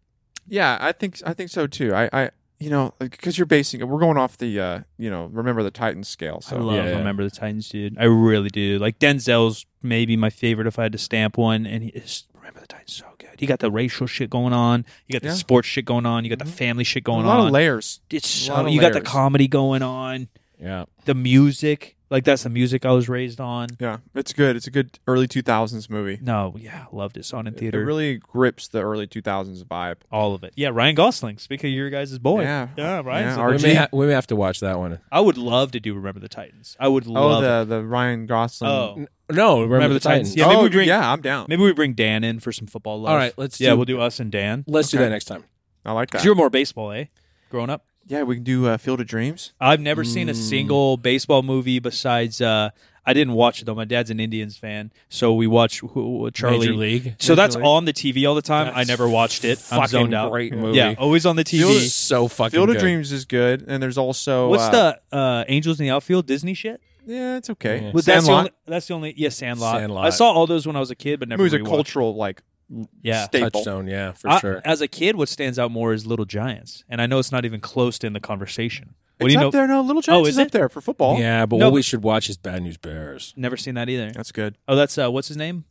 B: Yeah, I think I think so too. I, I you know because you're basing it. We're going off the uh, you know remember the Titans scale.
A: I
B: So
A: love
C: yeah.
A: Remember the Titans, dude. I really do. Like Denzel's maybe my favorite if I had to stamp one. And he is Remember the Titans so good. You got the racial shit going on. You got the
B: Yeah. Mm-hmm.
A: sports shit going on. You got the family shit going
B: a lot
A: on.
B: of layers.
A: it's
B: a
A: so
B: lot of
A: you got the
B: layers.
A: comedy going on.
C: Yeah.
A: The music, like that's the music I was raised on.
B: Yeah, it's good. It's a good early 2000s movie.
A: No, yeah, loved it. Saw it in
B: It
A: theater.
B: really grips the early 2000s vibe.
A: all of it. Yeah, Ryan Gosling. Speaking of your guys' boy.
B: Yeah.
A: yeah, Ryan.
B: Yeah,
C: We
B: RG.
C: may, ha- we may have to watch that one.
A: I would love to do Remember the Titans. I would
B: Oh,
A: love. it.
B: the the Ryan Gosling.
A: Oh,
C: No, remember,
A: Remember
C: the
A: the
C: Titans.
A: Titans. Yeah, maybe
B: Oh,
A: we bring-
B: yeah, I'm down.
A: maybe we bring Dan in for some football love.
C: All right, let's
A: Yeah,
C: do-
A: we'll do us and Dan.
C: Let's do that next time.
B: I like that.
A: Because you're more baseball, eh? Growing up,
B: Yeah, we can do uh, Field of Dreams.
A: I've never seen a
C: Mm.
A: single baseball movie besides. uh I didn't watch it though. My dad's an Indians fan, so we watch who- who- uh, Charlie
C: Major League.
A: So that's on the TV all the time. I never watched it. I'm
C: Fucking
A: zoned out.
C: great
A: Yeah.
C: movie.
A: Yeah, always on the TV.
C: Field is so fucking
B: Field of
C: good.
B: Dreams is good, and there's also
A: What's
B: uh,
A: the uh, Angels in the Outfield Disney shit?
B: Yeah, it's okay.
C: Yeah.
A: Was that's the
B: Sandlot.
A: only? That's the only. Yeah, Sandlot.
C: Sandlot.
A: I saw all those when I was a kid, but never.
B: movie's a
A: rewatched.
B: cultural like
A: Yeah.
B: staple.
C: Touchstone, yeah, for
A: I-
C: sure.
A: As a kid, what stands out more is Little Giants, and I know it's not even close to in the conversation. What do
B: it's
A: you
B: up
A: know?
B: there. No, Little Giants
A: Oh,
B: is,
A: is
B: up
A: it?
B: there for football.
C: Yeah, but
A: No,
C: what
A: but-
C: we should watch is Bad News Bears.
A: Never seen that either.
B: that's good.
A: Oh, that's uh, what's his name?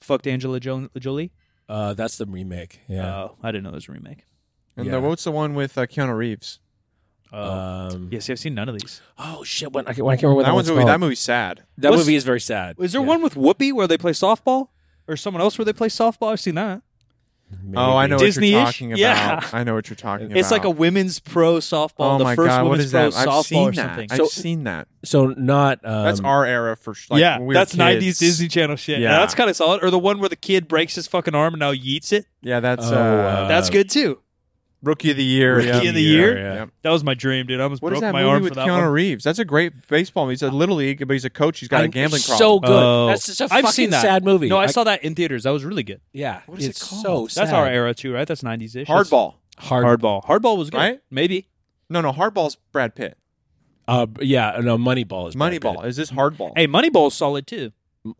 A: Fucked Angela jo- Jolie.
C: Uh, that's the remake.
B: Uh,
C: Yeah.
A: Oh, I didn't know there was a remake.
B: And
C: Yeah.
B: the, what's the one with uh, Keanu Reeves?
A: Oh,
C: um,
A: yeah. See, I've seen none of these.
C: Oh shit! When, I can't, when I can't remember
B: that
C: what
B: one's
C: that
B: movie,
C: one's
B: that
C: called.
B: movie's sad.
C: That
A: Was-
C: movie is very sad.
A: Is there
C: Yeah.
A: one with Whoopi where they play softball, or someone else where they play softball? I've seen that.
B: Oh, I know what you're
A: Disney-ish?
B: talking about.
A: Yeah.
B: I know what you're talking about.
A: It's like a women's pro softball.
B: oh
A: the
B: my
A: first
B: god, what
A: women's
B: is that?
A: pro
B: I've
A: softball
B: seen
A: or something.
B: that. I've
A: So-
B: seen that.
C: So not. Um,
B: That's our era for sh- like,
A: yeah,
B: when we were
A: that's
B: kids.
A: '90s Disney Channel shit. Yeah,
B: Yeah.
A: that's kind of solid. Or the one where the kid breaks his fucking arm and now yeets it.
B: Yeah, that's
C: Oh,
B: uh,
C: uh,
A: That's good too.
B: Rookie of the Year.
A: Rookie
B: yeah.
A: of the Year.
C: E Yeah.
B: Yep.
A: That was my dream, dude. I almost
B: What is
A: broke
B: that
A: my
B: movie
A: arm
B: with
A: for that
B: Keanu
A: one.
B: Reeves? That's a great baseball movie. He's a little league, but he's a coach. He's got a
C: I'm
B: gambling
C: So
B: problem.
C: good.
A: Oh.
C: That's just a
A: I've
C: fucking
A: seen that.
C: sad movie.
A: No, I, saw that in theaters. That was really good.
C: Yeah.
B: What is it
C: it's
B: called?
C: So sad.
A: That's our era too, right? That's '90s ish.
B: Hardball.
C: Hard.
A: Hardball. Hardball was good.
B: Right?
A: Maybe.
B: No, no, Hardball's Brad Pitt.
C: Uh, yeah. No, Moneyball is Brad
B: Moneyball.
C: Pitt.
B: Is this Hardball?
A: Hey, Moneyball's solid too.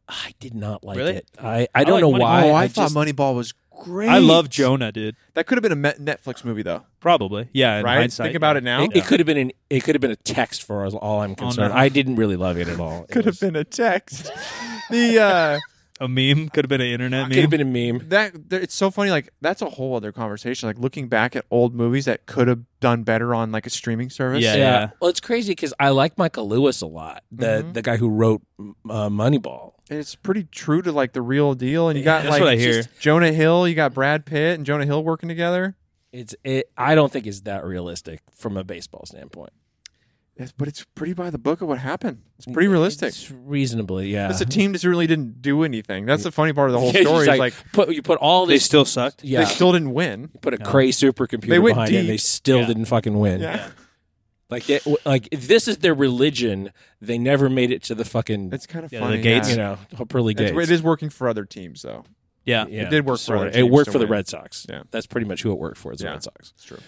C: I did not like
A: Really?
C: it. I, I don't
A: like
C: know
A: Moneyball.
C: why.
B: oh, I, thought
C: just-
B: Moneyball was great.
A: I love Jonah, dude.
B: That could have been a Met- Netflix movie though,
A: Probably. Yeah. In
B: right?
A: hindsight,
B: Think about
A: yeah.
B: it now. Oh,
C: It, it could have been an. It could have been a text for us, all I'm concerned. I didn't really love it at all. It
B: could have
C: was-
B: been a text. <laughs> the uh,
A: A meme could have been an internet
C: Could
A: meme.
C: have been a meme.
B: that there, it's so funny. Like that's a whole other conversation. Like looking back at old movies that could have done better on like a streaming service.
A: Yeah.
C: Well, it's crazy because I like Michael Lewis a lot. The
B: Mm-hmm.
C: the guy who wrote uh, Moneyball.
B: And it's pretty true to like the real deal. And you got
A: that's
B: like
A: what I hear.
B: just Jonah Hill. You got Brad Pitt and Jonah Hill working together.
C: It's it. I don't think it's that realistic from a baseball standpoint.
B: It's, but it's pretty by the book of what happened. It's pretty realistic.
C: It's reasonably, yeah. <laughs>
B: It's a team that really didn't do anything. That's the funny part of the
A: <laughs>
B: whole
C: Yeah, it's
B: story. Is
C: just
B: like,
C: put you put all
A: They
C: this.
A: still sucked.
C: yeah,
B: they still didn't win.
C: put a cray supercomputer
B: They went
C: behind it. and They
B: deep.
C: still didn't fucking win.
B: Yeah.
C: Like they, like this is their religion. They never made it to the fucking
B: It's kind of
A: Yeah, the
B: funny.
A: Gates.
B: yeah.
C: you know pearly
B: It's-
C: gates.
B: It is working for other teams though.
A: Yeah.
C: Yeah,
B: did work for
C: sorta.
B: other
C: it
B: teams
C: worked
B: to
C: for the
B: win.
C: Red Sox.
B: Yeah.
C: that's pretty much who it worked for. It's the
B: Yeah.
C: Red Sox.
B: It's true.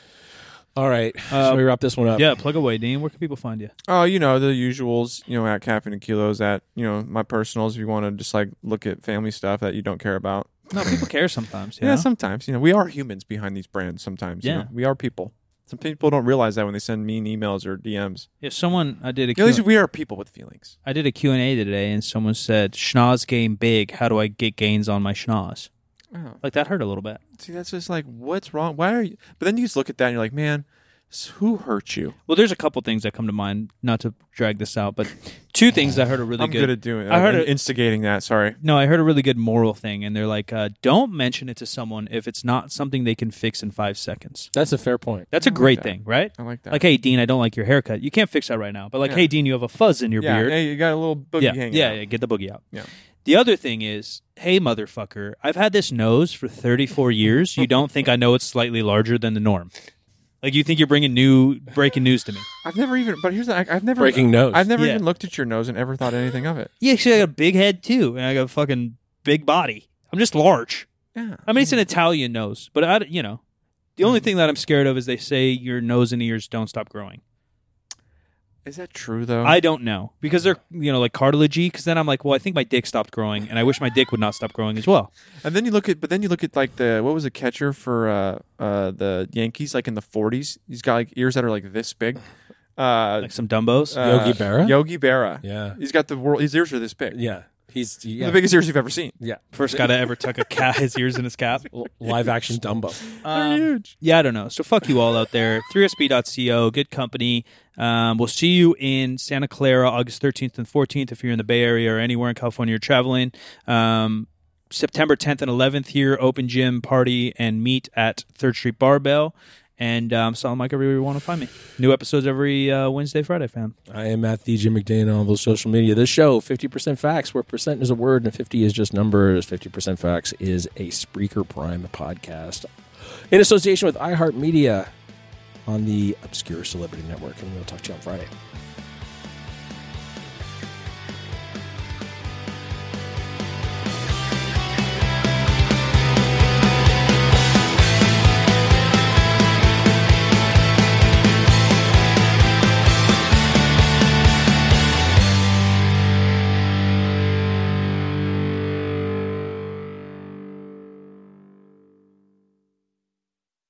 C: All right, uh, so we wrap this one up.
A: Yeah. Plug away, Dean. Where can people find you?
B: Oh, you know, the usuals, you know, at Caffeine and Kilos, at, you know, my personals, if you want to just like look at family stuff that you don't care about.
A: No, people care sometimes.
B: Yeah, sometimes, you know, we are humans behind these brands sometimes. you
A: Yeah.
B: know. we are people. Some people don't realize that when they send mean emails or DMs.
A: yeah. Someone I did a
B: At least
A: Q-
B: we are people with feelings.
A: I did a Q and A today, and someone said, "Schnoz game big. How do I get gains on my schnoz?"
B: Oh.
A: Like that hurt a little bit.
B: See, that's just like, what's wrong? Why are you? But then you just look at that and you're like, man, s- who hurt you?
A: Well, there's a couple things that come to mind. Not to drag this out, but two things that heard a really
B: I'm
A: good.
B: good. at doing
A: I heard
B: I'm
A: it-
B: instigating that. Sorry.
A: No, I heard a really good moral thing, and they're like, uh, "Don't mention it to someone if it's not something they can fix in five seconds."
C: that's a fair point.
A: That's a great thing, right?
B: I like that.
A: Like, hey, Dean, I don't like your haircut. You can't fix that right now. But like, hey, Dean, you have a fuzz in your
B: Yeah.
A: beard.
B: Hey, you got a little boogie
A: yeah,
B: hanging.
A: yeah,
B: out.
A: yeah, get the boogie out.
B: Yeah.
A: The other thing is, hey, motherfucker, I've had this nose for
B: <laughs>
A: 34 years. You don't think I know it's slightly larger than the norm? Like, you think you're bringing new breaking news to me?
B: I've never even. But here's the. I- I've never e,
C: Breaking nose.
B: I've never
A: Yeah.
B: even looked at your nose and ever thought anything of it.
A: Yeah, actually, I got a big head too, and I got a fucking big body. I'm just large.
B: Yeah.
A: I mean, it's an Italian nose, but I, you know, the only thing that I'm scared of is they say your nose and ears don't stop growing.
B: Is that true though?
A: I don't know because they're you know like cartilagey. Because then I'm like, well, I think my dick stopped growing, and I wish my dick would not stop growing as well.
B: and then you look at, but then you look at like the what was the catcher for uh, uh, the Yankees like in the 40s? He's got like ears that are like this big. Uh,
A: Like some Dumbos.
B: uh,
C: Yogi Berra?
B: Yogi Berra.
C: Yeah.
B: he's got the world. His ears are this big.
C: Yeah, he's yeah,
B: the biggest ears you've ever seen.
C: yeah.
A: First guy to ever tuck a cat his ears in his cap.
C: <laughs> Live action Dumbo.
A: Um, Yeah, I don't know. So fuck you all out there. 3sb.co, good company. Um, we'll see you in Santa Clara August 13th and 14th if you're in the Bay Area or anywhere in California you're traveling. Um, September 10th and 11th here, open gym party and meet at Third Street Barbell. And um, so I'm like everywhere you want to find me. New episodes every uh, Wednesday, Friday, fam.
C: I am at the Jim McDay on all those social media. This show, 50% facts, where percent is a word and 50 is just numbers. 50% facts is a Spreaker Prime podcast in association with iHeartMedia on the Obscure Celebrity Network. And we'll talk to you on Friday.